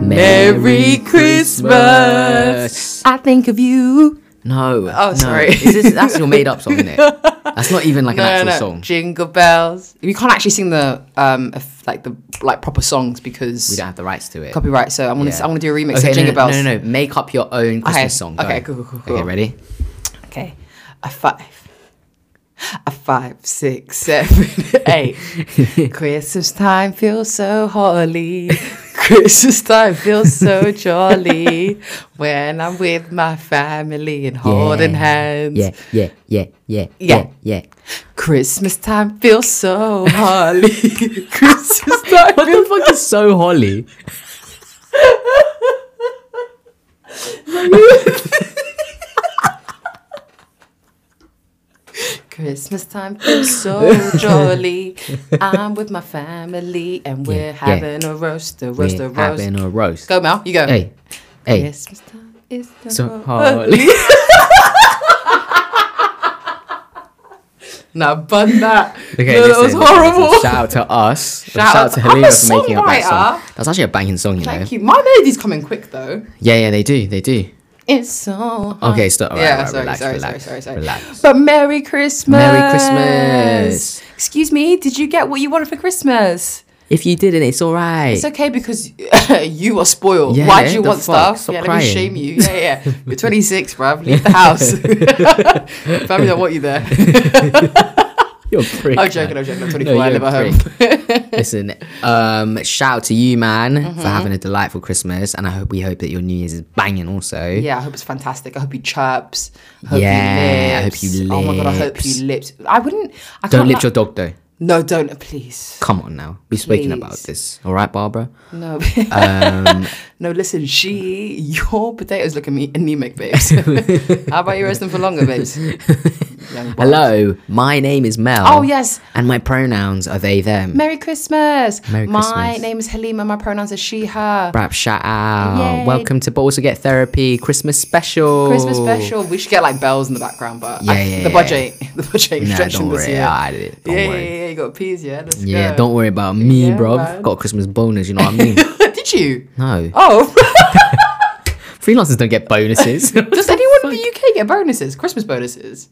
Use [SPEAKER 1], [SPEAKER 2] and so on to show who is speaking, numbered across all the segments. [SPEAKER 1] Merry Christmas.
[SPEAKER 2] I think of you.
[SPEAKER 1] No.
[SPEAKER 2] Oh,
[SPEAKER 1] no.
[SPEAKER 2] sorry.
[SPEAKER 1] Is this, that's your made up song, isn't it? That's not even like an actual song.
[SPEAKER 2] Jingle bells. You can't actually sing the um if- like the like proper songs because
[SPEAKER 1] We don't have the rights to it.
[SPEAKER 2] copyright. So I'm gonna
[SPEAKER 1] Yeah.
[SPEAKER 2] I want to do a remix
[SPEAKER 1] Okay,
[SPEAKER 2] of Jingle
[SPEAKER 1] no, no,
[SPEAKER 2] Bells.
[SPEAKER 1] No, no, no. Make up your own Christmas
[SPEAKER 2] Okay,
[SPEAKER 1] song.
[SPEAKER 2] okay,
[SPEAKER 1] Go.
[SPEAKER 2] cool, cool, cool,
[SPEAKER 1] Okay,
[SPEAKER 2] cool.
[SPEAKER 1] ready?
[SPEAKER 2] Okay, a five, a five, six, seven, eight. Christmas time feels so holy. Christmas time feels so jolly when I'm with my family and holding hands.
[SPEAKER 1] Yeah, yeah, yeah, yeah,
[SPEAKER 2] Yeah.
[SPEAKER 1] yeah, yeah.
[SPEAKER 2] Christmas time feels so holly. Christmas time feels
[SPEAKER 1] fuck is so holly?
[SPEAKER 2] Christmas time feels so jolly. I'm with my family and we're
[SPEAKER 1] yeah.
[SPEAKER 2] having a roast, a roast, a
[SPEAKER 1] We're
[SPEAKER 2] roast.
[SPEAKER 1] having a roast.
[SPEAKER 2] Go Mel, you go.
[SPEAKER 1] Hey, hey.
[SPEAKER 2] Christmas time is the
[SPEAKER 1] So
[SPEAKER 2] ho-
[SPEAKER 1] holly.
[SPEAKER 2] Nah, bun that.
[SPEAKER 1] Okay,
[SPEAKER 2] no, that was
[SPEAKER 1] listen,
[SPEAKER 2] horrible.
[SPEAKER 1] listen, shout out to us.
[SPEAKER 2] Shout out
[SPEAKER 1] to
[SPEAKER 2] to- I'm a
[SPEAKER 1] Helena for making up that song.
[SPEAKER 2] songwriter.
[SPEAKER 1] That's actually a banging song, you know.
[SPEAKER 2] Thank you. My melody's coming quick though.
[SPEAKER 1] Yeah, yeah, they do, they do.
[SPEAKER 2] It's so hard.
[SPEAKER 1] Okay, stop. All right,
[SPEAKER 2] Uh, yeah,
[SPEAKER 1] all right,
[SPEAKER 2] sorry,
[SPEAKER 1] relax,
[SPEAKER 2] sorry,
[SPEAKER 1] relax,
[SPEAKER 2] sorry, sorry, sorry.
[SPEAKER 1] relax.
[SPEAKER 2] But Merry Christmas.
[SPEAKER 1] Merry Christmas.
[SPEAKER 2] Excuse me, did you get what you wanted for Christmas?
[SPEAKER 1] If you didn't, it's all right.
[SPEAKER 2] It's okay because you are spoiled.
[SPEAKER 1] Yeah,
[SPEAKER 2] Why do you
[SPEAKER 1] the
[SPEAKER 2] want
[SPEAKER 1] fuck?
[SPEAKER 2] stuff?
[SPEAKER 1] Stop
[SPEAKER 2] yeah, let
[SPEAKER 1] crying.
[SPEAKER 2] me shame you. Yeah, yeah. You're 26, bruv. Leave the house. Family don't want you there.
[SPEAKER 1] You're a prick.
[SPEAKER 2] I'm joking, I'm joking. I'm 24. I
[SPEAKER 1] you're
[SPEAKER 2] live
[SPEAKER 1] a
[SPEAKER 2] at home.
[SPEAKER 1] Listen, um, shout out to you, man,
[SPEAKER 2] Mm-hmm.
[SPEAKER 1] for having a delightful Christmas, and I hope we hope that your New Year's is banging also.
[SPEAKER 2] Yeah, I hope it's fantastic. I hope you chirps. I hope
[SPEAKER 1] Yeah, I
[SPEAKER 2] you
[SPEAKER 1] hope
[SPEAKER 2] lips.
[SPEAKER 1] you
[SPEAKER 2] Oh my god, I hope
[SPEAKER 1] lips.
[SPEAKER 2] you lips. I wouldn't. I
[SPEAKER 1] Don't
[SPEAKER 2] can't
[SPEAKER 1] lift
[SPEAKER 2] li-
[SPEAKER 1] your dog though.
[SPEAKER 2] No, don't please.
[SPEAKER 1] Come on now, we've spoken about
[SPEAKER 2] Please.
[SPEAKER 1] this. All right, Barbara. Um,
[SPEAKER 2] No. no, listen, she, your potatoes look ame- anemic, babes. How about you roast them for longer, babes? Young boy.
[SPEAKER 1] Hello, my name is Mel.
[SPEAKER 2] Oh, yes.
[SPEAKER 1] and my pronouns are they them.
[SPEAKER 2] Merry Christmas.
[SPEAKER 1] Merry
[SPEAKER 2] my
[SPEAKER 1] Christmas.
[SPEAKER 2] name is Halima. My pronouns are she, her.
[SPEAKER 1] Rap shout out.
[SPEAKER 2] Yay.
[SPEAKER 1] Welcome to But Also Get Therapy Christmas special.
[SPEAKER 2] Christmas special. We should get like bells in the background, but
[SPEAKER 1] Oh. Yeah,
[SPEAKER 2] I-
[SPEAKER 1] yeah,
[SPEAKER 2] the
[SPEAKER 1] yeah.
[SPEAKER 2] budget, the budget ain't
[SPEAKER 1] Nah,
[SPEAKER 2] stretching
[SPEAKER 1] don't
[SPEAKER 2] this
[SPEAKER 1] worry.
[SPEAKER 2] year.
[SPEAKER 1] I did it. Don't
[SPEAKER 2] yeah,
[SPEAKER 1] worry.
[SPEAKER 2] yeah, yeah, you got peas, yeah. Let's
[SPEAKER 1] Yeah,
[SPEAKER 2] go.
[SPEAKER 1] don't worry about me,
[SPEAKER 2] Yeah,
[SPEAKER 1] bro.
[SPEAKER 2] man.
[SPEAKER 1] Got a Christmas bonus, you know what I mean?
[SPEAKER 2] Did you?
[SPEAKER 1] no.
[SPEAKER 2] Oh,
[SPEAKER 1] Freelancers don't get bonuses.
[SPEAKER 2] does anyone in the UK get bonuses? Christmas bonuses?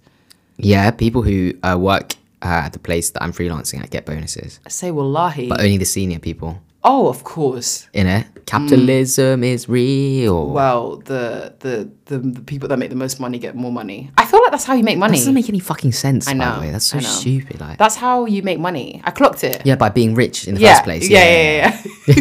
[SPEAKER 1] yeah, people who uh, work uh, at the place that I'm freelancing at get bonuses,
[SPEAKER 2] I say wallahi.
[SPEAKER 1] but only the senior people.
[SPEAKER 2] oh, of course.
[SPEAKER 1] In it,
[SPEAKER 2] Hmm.
[SPEAKER 1] capitalism is real.
[SPEAKER 2] Well, the, the the the people that make the most money get more money. I feel like that's how you make
[SPEAKER 1] That
[SPEAKER 2] money.
[SPEAKER 1] doesn't make any fucking sense.
[SPEAKER 2] I
[SPEAKER 1] By
[SPEAKER 2] know,
[SPEAKER 1] the way. That's so
[SPEAKER 2] I know.
[SPEAKER 1] stupid. Like,
[SPEAKER 2] that's how you make money. I clocked it.
[SPEAKER 1] yeah, by being rich in the first place.
[SPEAKER 2] Yeah, yeah, yeah.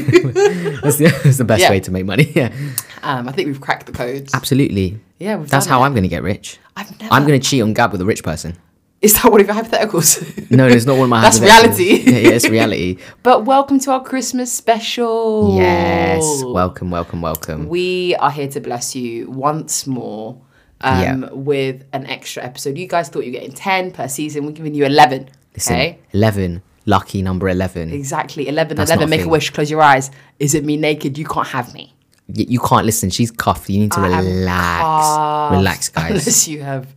[SPEAKER 1] That's, the, that's the best
[SPEAKER 2] Yeah.
[SPEAKER 1] way to make money. Yeah,
[SPEAKER 2] yeah. um, I think we've cracked the codes.
[SPEAKER 1] absolutely.
[SPEAKER 2] Yeah, we've
[SPEAKER 1] That's
[SPEAKER 2] done
[SPEAKER 1] how
[SPEAKER 2] it.
[SPEAKER 1] I'm gonna get rich.
[SPEAKER 2] I've never.
[SPEAKER 1] I'm gonna cheat on Gab with a rich person.
[SPEAKER 2] Is that one of your hypotheticals?
[SPEAKER 1] No, no, it's not one of my.
[SPEAKER 2] That's
[SPEAKER 1] hypotheticals.
[SPEAKER 2] reality.
[SPEAKER 1] yeah, yeah, it's reality.
[SPEAKER 2] But welcome to our Christmas special.
[SPEAKER 1] Yes. Welcome, welcome, welcome.
[SPEAKER 2] We are here to bless you once more um,
[SPEAKER 1] Yeah.
[SPEAKER 2] with an extra episode. You guys thought you were getting 10 per season. We're giving you 11.
[SPEAKER 1] Listen,
[SPEAKER 2] Okay?
[SPEAKER 1] 11, lucky number 11. Y-
[SPEAKER 2] Exactly. 11,
[SPEAKER 1] That's
[SPEAKER 2] 11.
[SPEAKER 1] not a
[SPEAKER 2] Make a
[SPEAKER 1] thing.
[SPEAKER 2] wish. Close your eyes. Is it me naked? You can't have me.
[SPEAKER 1] you can't listen. She's cuffed. You need to
[SPEAKER 2] am
[SPEAKER 1] relax. Relax, guys.
[SPEAKER 2] Unless you have.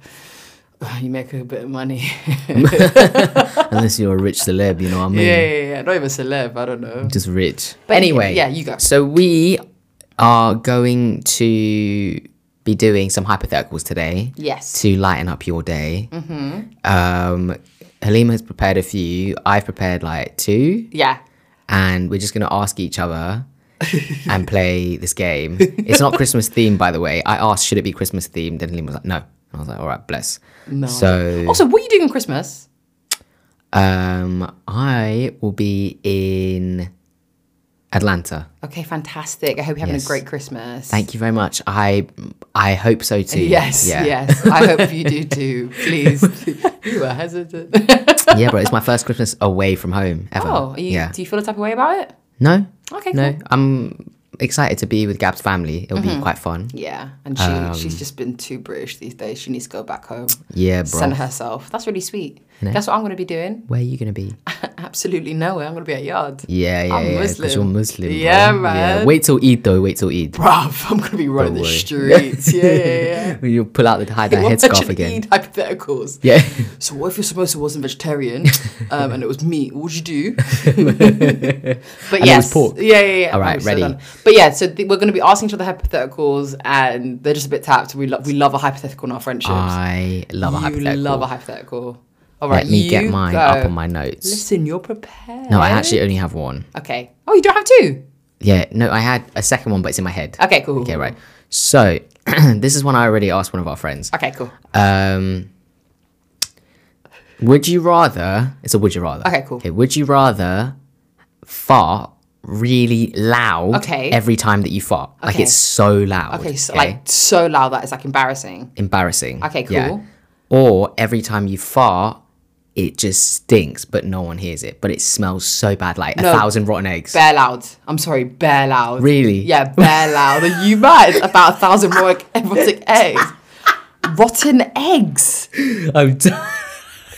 [SPEAKER 2] You make a bit of money.
[SPEAKER 1] Unless you're a rich celeb, you know what I mean?
[SPEAKER 2] yeah, yeah, yeah. Not even celeb. I don't know.
[SPEAKER 1] Just rich.
[SPEAKER 2] But
[SPEAKER 1] anyway,
[SPEAKER 2] yeah, you go.
[SPEAKER 1] So we are going to be doing some hypotheticals today
[SPEAKER 2] Yes.
[SPEAKER 1] to lighten up your day. Mm-hmm. Um, Halima has prepared a few. I've prepared like two.
[SPEAKER 2] Yeah.
[SPEAKER 1] and we're just gonna ask each other and play this game. It's not Christmas themed, by the way. I asked, should it be Christmas themed? And Liam was like, no. And I was like, all right, bless.
[SPEAKER 2] No.
[SPEAKER 1] So
[SPEAKER 2] Also, what are you doing on Christmas?
[SPEAKER 1] um, I will be in Atlanta.
[SPEAKER 2] Okay, fantastic. I hope you're having
[SPEAKER 1] Yes.
[SPEAKER 2] a great Christmas.
[SPEAKER 1] Thank you very much. I I hope so too.
[SPEAKER 2] Yes,
[SPEAKER 1] Yeah.
[SPEAKER 2] yes. I hope you do too. Please. you were hesitant.
[SPEAKER 1] yeah, bro. It's my first Christmas away from home ever.
[SPEAKER 2] Oh, are you,
[SPEAKER 1] yeah.
[SPEAKER 2] do you feel a type of way about it?
[SPEAKER 1] no.
[SPEAKER 2] Okay, cool. Mm-hmm.
[SPEAKER 1] No. I'm excited to be with Gab's family. It'll be quite fun.
[SPEAKER 2] Yeah, and she
[SPEAKER 1] Um,
[SPEAKER 2] she's just been too British these days. She needs to go back home,
[SPEAKER 1] Yeah, bro.
[SPEAKER 2] send herself. That's really sweet. Guess what I'm going to be doing?
[SPEAKER 1] Where are you gonna be?
[SPEAKER 2] Absolutely nowhere. I'm going to be at yard.
[SPEAKER 1] Yeah, yeah,
[SPEAKER 2] I'm
[SPEAKER 1] yeah. Because you're
[SPEAKER 2] Muslim.
[SPEAKER 1] Muslim. bro.
[SPEAKER 2] Yeah, man.
[SPEAKER 1] Wait till Eid though. Wait till Eid.
[SPEAKER 2] Bruv, I'm going to be running the
[SPEAKER 1] worry.
[SPEAKER 2] streets. Yeah, yeah, yeah.
[SPEAKER 1] You'll pull out the hide that
[SPEAKER 2] Imagine
[SPEAKER 1] headscarf again.
[SPEAKER 2] Eid hypotheticals.
[SPEAKER 1] Yeah.
[SPEAKER 2] So what if your samosa wasn't vegetarian um, and it was meat? What would you do? but
[SPEAKER 1] was
[SPEAKER 2] yes,
[SPEAKER 1] pork.
[SPEAKER 2] yeah, yeah, yeah.
[SPEAKER 1] All right,
[SPEAKER 2] I'm so
[SPEAKER 1] ready.
[SPEAKER 2] done. But yeah, so th- we're going to be asking each other hypotheticals, and they're just a bit tapped. We love we love a hypothetical in our friendships.
[SPEAKER 1] I love a
[SPEAKER 2] you
[SPEAKER 1] hypothetical.
[SPEAKER 2] love a hypothetical. All right,
[SPEAKER 1] Let me
[SPEAKER 2] you
[SPEAKER 1] get mine up
[SPEAKER 2] go.
[SPEAKER 1] on my notes.
[SPEAKER 2] Listen, you're prepared.
[SPEAKER 1] No, I actually only have one.
[SPEAKER 2] Okay. Oh, you don't have two.
[SPEAKER 1] Yeah, no, I had a second one, but it's in my head.
[SPEAKER 2] Okay, cool.
[SPEAKER 1] Okay, right. So this is one I already asked one of our friends.
[SPEAKER 2] Okay, cool.
[SPEAKER 1] Um, would you rather? It's a would you rather.
[SPEAKER 2] Okay, cool.
[SPEAKER 1] Okay, would you rather fart really loud?
[SPEAKER 2] Okay.
[SPEAKER 1] Every time that you fart, like
[SPEAKER 2] Okay.
[SPEAKER 1] it's so loud.
[SPEAKER 2] Okay, so, like so loud that it's like embarrassing.
[SPEAKER 1] embarrassing.
[SPEAKER 2] Okay, cool.
[SPEAKER 1] Or every time you fart, it just stinks, but no one hears it. But it smells so bad, like
[SPEAKER 2] No.
[SPEAKER 1] a thousand rotten eggs.
[SPEAKER 2] Bear loud. I'm sorry, bear loud.
[SPEAKER 1] Really?
[SPEAKER 2] Yeah, bear loud. Are you mad about a thousand rotten rotten eggs? Rotten eggs.
[SPEAKER 1] I'm done.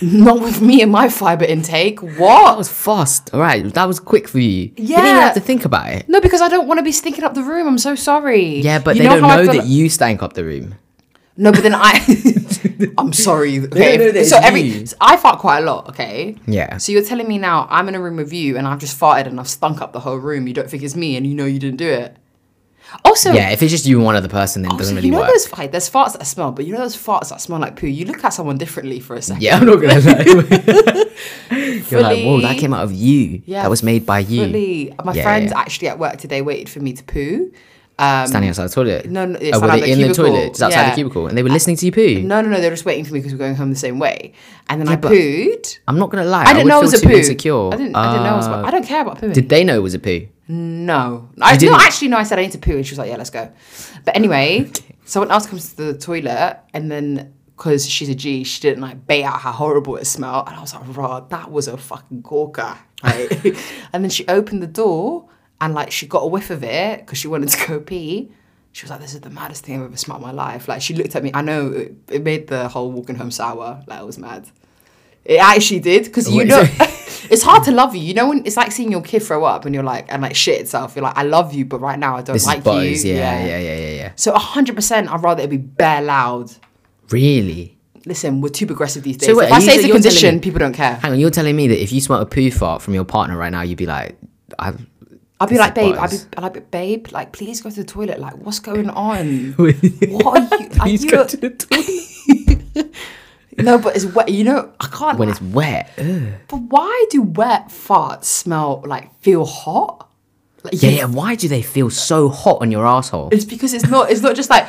[SPEAKER 2] Not with me and my fiber intake.
[SPEAKER 1] That
[SPEAKER 2] What?
[SPEAKER 1] was fast. All right, that was quick for you. You didn't even
[SPEAKER 2] Yeah.
[SPEAKER 1] have to think about it.
[SPEAKER 2] No, because I don't want to be stinking up the room. I'm so sorry.
[SPEAKER 1] Yeah, but
[SPEAKER 2] You
[SPEAKER 1] they don't
[SPEAKER 2] how I
[SPEAKER 1] know
[SPEAKER 2] feel
[SPEAKER 1] that
[SPEAKER 2] like-
[SPEAKER 1] you stank up the room.
[SPEAKER 2] No, but then I. I'm sorry. Okay.
[SPEAKER 1] know that
[SPEAKER 2] so
[SPEAKER 1] it's
[SPEAKER 2] every
[SPEAKER 1] you.
[SPEAKER 2] so I fart quite a lot. Okay.
[SPEAKER 1] Yeah.
[SPEAKER 2] So you're telling me now I'm in a room with you and I've just farted and I've stunk up the whole room. You don't think it's me and you know you didn't do it. Also,
[SPEAKER 1] Yeah, if it's just you and one other person, then it
[SPEAKER 2] also
[SPEAKER 1] doesn't really
[SPEAKER 2] you know
[SPEAKER 1] work.
[SPEAKER 2] those like, there's farts that smell, but you know those farts that smell like poo. You look at someone differently for a second.
[SPEAKER 1] Yeah, I'm not gonna lie. You're like, whoa, that
[SPEAKER 2] Fully-
[SPEAKER 1] came out of you.
[SPEAKER 2] Yeah,
[SPEAKER 1] that was made by you.
[SPEAKER 2] Really, my
[SPEAKER 1] Yeah,
[SPEAKER 2] friends
[SPEAKER 1] yeah.
[SPEAKER 2] actually at work today waited for me to poo. Um,
[SPEAKER 1] Standing outside the toilet.
[SPEAKER 2] No, no, it's
[SPEAKER 1] oh, were
[SPEAKER 2] outside
[SPEAKER 1] they
[SPEAKER 2] the
[SPEAKER 1] in
[SPEAKER 2] cubicle.
[SPEAKER 1] the toilet? It's outside
[SPEAKER 2] Yeah.
[SPEAKER 1] the cubicle, and they were listening to you poo.
[SPEAKER 2] no, no, no. They're just waiting for me because we're going home the same way. And then I
[SPEAKER 1] but-
[SPEAKER 2] pooed.
[SPEAKER 1] I'm not gonna lie.
[SPEAKER 2] I didn't
[SPEAKER 1] would
[SPEAKER 2] know it
[SPEAKER 1] feel
[SPEAKER 2] was a
[SPEAKER 1] too
[SPEAKER 2] poo.
[SPEAKER 1] Insecure.
[SPEAKER 2] I didn't. I didn't know it was.
[SPEAKER 1] Uh,
[SPEAKER 2] I don't care about pooing.
[SPEAKER 1] Did they know it was a poo?
[SPEAKER 2] No, I no.
[SPEAKER 1] didn't?
[SPEAKER 2] Actually, no. I said I need to poo, and she was like, "Yeah, let's go." But anyway, someone else comes to the toilet, and then because she's a G, she didn't like bait out how horrible it smelled, and I was like, "Raw, that was a fucking corker." Right? and then she opened the door, and like she got a whiff of it because she wanted to go pee. She was like, "This is the maddest thing I've ever smelled in my life." Like she looked at me. I know it, it made the whole walking home sour. Like it was mad. It actually did because you
[SPEAKER 1] Wait,
[SPEAKER 2] know
[SPEAKER 1] so-
[SPEAKER 2] it's hard to love you. You know when it's like seeing your kid throw up and you're like and like shit itself. You're like I love you, but right now I don't
[SPEAKER 1] This
[SPEAKER 2] like
[SPEAKER 1] is buzz.
[SPEAKER 2] you.
[SPEAKER 1] Yeah, yeah, yeah, yeah, yeah.
[SPEAKER 2] So hundred percent, I'd rather it be bare loud.
[SPEAKER 1] Really?
[SPEAKER 2] Listen, we're too progressive these days.
[SPEAKER 1] wait,
[SPEAKER 2] if I
[SPEAKER 1] are you-
[SPEAKER 2] say it's
[SPEAKER 1] so
[SPEAKER 2] a
[SPEAKER 1] you're telling
[SPEAKER 2] condition,
[SPEAKER 1] me-
[SPEAKER 2] people don't care.
[SPEAKER 1] Hang on, you're telling me that if you smelt a poo fart from your partner right now, you'd be like, I.
[SPEAKER 2] I'd be
[SPEAKER 1] This
[SPEAKER 2] like,
[SPEAKER 1] is
[SPEAKER 2] babe, I'd be
[SPEAKER 1] buzz.
[SPEAKER 2] I'd be, babe, like, please go to the toilet. Like, what's going on? what are you? Are
[SPEAKER 1] Please
[SPEAKER 2] you
[SPEAKER 1] go
[SPEAKER 2] a-
[SPEAKER 1] to the toilet.
[SPEAKER 2] no, but it's wet. You know, I can't.
[SPEAKER 1] when it's wet. Ugh.
[SPEAKER 2] but why do wet farts smell like feel hot? Like,
[SPEAKER 1] Yeah,
[SPEAKER 2] you
[SPEAKER 1] yeah. Why do they feel so hot on your asshole?
[SPEAKER 2] It's because it's not. It's not just like.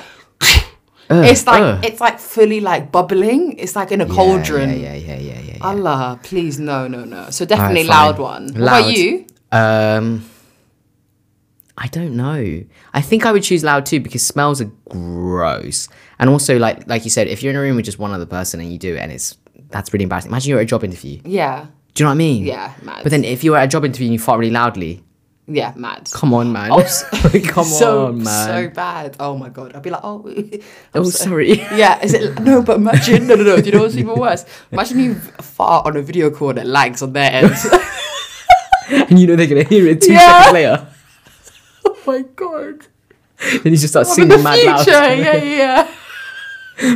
[SPEAKER 2] it's like
[SPEAKER 1] uh.
[SPEAKER 2] it's like fully like bubbling. It's like in a cauldron.
[SPEAKER 1] Yeah, yeah, yeah, yeah, yeah. yeah.
[SPEAKER 2] Allah, please no, no, no. So definitely
[SPEAKER 1] fine.
[SPEAKER 2] loud one. What about
[SPEAKER 1] Loud.
[SPEAKER 2] you?
[SPEAKER 1] Um, I don't know. I think I would choose loud too because smells are gross, and also like like you said, if you're in a room with just one other person and you do it, and it's that's really embarrassing. Imagine you're at a job interview.
[SPEAKER 2] Yeah,
[SPEAKER 1] Do you know what I mean?
[SPEAKER 2] yeah, mad.
[SPEAKER 1] But then if you were at a job interview and you fart really loudly,
[SPEAKER 2] yeah, mad.
[SPEAKER 1] come on, man. come
[SPEAKER 2] Oh, so
[SPEAKER 1] on, man.
[SPEAKER 2] so bad. Oh my god, I'd be like, oh, I'm
[SPEAKER 1] oh,
[SPEAKER 2] so-
[SPEAKER 1] sorry.
[SPEAKER 2] Yeah, is it no? But imagine no, no, no. Do you know what's even worse? Imagine you fart on a video call and it lags on their end.
[SPEAKER 1] and you know they're gonna hear it two
[SPEAKER 2] Yeah.
[SPEAKER 1] seconds later.
[SPEAKER 2] oh my god!
[SPEAKER 1] Then you just start
[SPEAKER 2] In
[SPEAKER 1] singing
[SPEAKER 2] the
[SPEAKER 1] mad loud,
[SPEAKER 2] future, yeah, yeah, yeah.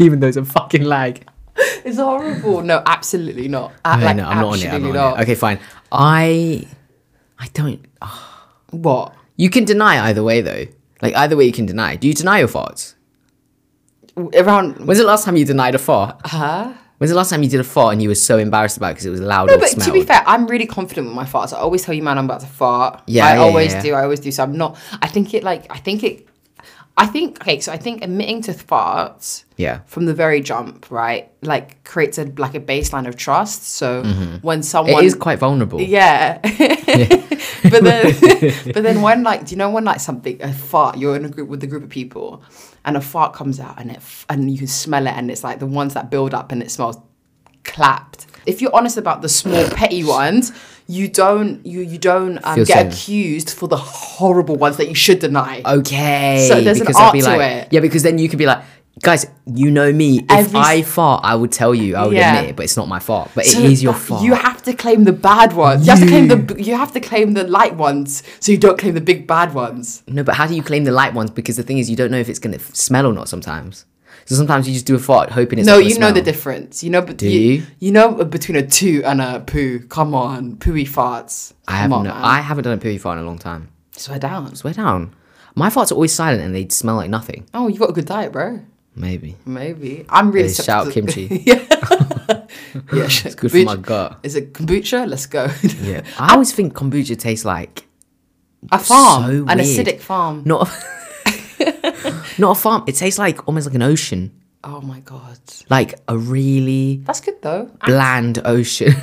[SPEAKER 1] even though it's a fucking lag.
[SPEAKER 2] It's horrible. No, absolutely not. A-
[SPEAKER 1] Okay,
[SPEAKER 2] like,
[SPEAKER 1] no, I'm not on it. I'm
[SPEAKER 2] absolutely
[SPEAKER 1] not on it. Okay, fine. I, I don't.
[SPEAKER 2] What?
[SPEAKER 1] You can deny either way though. Like either way, you can deny. Do you deny your farts?
[SPEAKER 2] Around?
[SPEAKER 1] When's the last time you denied a fart?
[SPEAKER 2] Huh?
[SPEAKER 1] When's the last time you did a fart and you were so embarrassed about it because it was loud
[SPEAKER 2] No,
[SPEAKER 1] and
[SPEAKER 2] but
[SPEAKER 1] smelled?
[SPEAKER 2] to be fair, I'm really confident with my farts. I always tell you, man, I'm about to fart.
[SPEAKER 1] Yeah,
[SPEAKER 2] I
[SPEAKER 1] yeah,
[SPEAKER 2] always
[SPEAKER 1] yeah.
[SPEAKER 2] do. I always do. So I'm not. I think it like. I think it. I think okay. So I think admitting to farts.
[SPEAKER 1] yeah.
[SPEAKER 2] From the very jump, right? Like creates a like a baseline of trust. So when
[SPEAKER 1] Mm-hmm. It is
[SPEAKER 2] someone
[SPEAKER 1] quite vulnerable.
[SPEAKER 2] Yeah. but then but then when like do you know when like something a fart you're in a group with a group of people and a fart comes out and it f- and you can smell it and it's like the ones that build up and it smells clapped. If you're honest about the small petty ones, you don't you you don't um,
[SPEAKER 1] Feel
[SPEAKER 2] get
[SPEAKER 1] safe. Uh,
[SPEAKER 2] accused for the horrible ones that you should deny.
[SPEAKER 1] Okay.
[SPEAKER 2] So there's an
[SPEAKER 1] because I'd
[SPEAKER 2] art
[SPEAKER 1] be
[SPEAKER 2] to
[SPEAKER 1] like,
[SPEAKER 2] it.
[SPEAKER 1] Yeah, because then you could be like, guys, you know me. If
[SPEAKER 2] Every s-
[SPEAKER 1] I fart, I would tell you. I would
[SPEAKER 2] Yeah.
[SPEAKER 1] admit it, but it's not my fault. But
[SPEAKER 2] So
[SPEAKER 1] it is your
[SPEAKER 2] that-
[SPEAKER 1] fault.
[SPEAKER 2] You have to claim the bad ones. You have to claim the you have to claim the light ones, so you don't claim the big bad ones.
[SPEAKER 1] No, but how do you claim the light ones? Because the thing is, you don't know if it's gonna f- smell or not. Sometimes, so sometimes you just do a fart hoping it's
[SPEAKER 2] No,
[SPEAKER 1] not gonna
[SPEAKER 2] you know the
[SPEAKER 1] smell.
[SPEAKER 2] difference. You know, but
[SPEAKER 1] you?
[SPEAKER 2] you know between a two and a poo. Come on, pooey farts.
[SPEAKER 1] I have
[SPEAKER 2] Come on,
[SPEAKER 1] no,
[SPEAKER 2] man.
[SPEAKER 1] I haven't done a poo fart in a long time.
[SPEAKER 2] Swear down.
[SPEAKER 1] Swear down. My farts are always silent and they smell like nothing.
[SPEAKER 2] Oh, you got a good diet, bro.
[SPEAKER 1] Maybe.
[SPEAKER 2] Maybe. I'm really
[SPEAKER 1] Hey, shout out
[SPEAKER 2] skeptical-
[SPEAKER 1] kimchi.
[SPEAKER 2] yeah. yeah. It's
[SPEAKER 1] good for my gut.
[SPEAKER 2] Is it kombucha? Let's go.
[SPEAKER 1] Yeah. I always think kombucha tastes like
[SPEAKER 2] a farm.
[SPEAKER 1] so
[SPEAKER 2] an
[SPEAKER 1] weird.
[SPEAKER 2] acidic farm.
[SPEAKER 1] not not a farm. It tastes like almost like an ocean,
[SPEAKER 2] Oh my god.
[SPEAKER 1] like a really
[SPEAKER 2] That's good though.
[SPEAKER 1] bland ocean.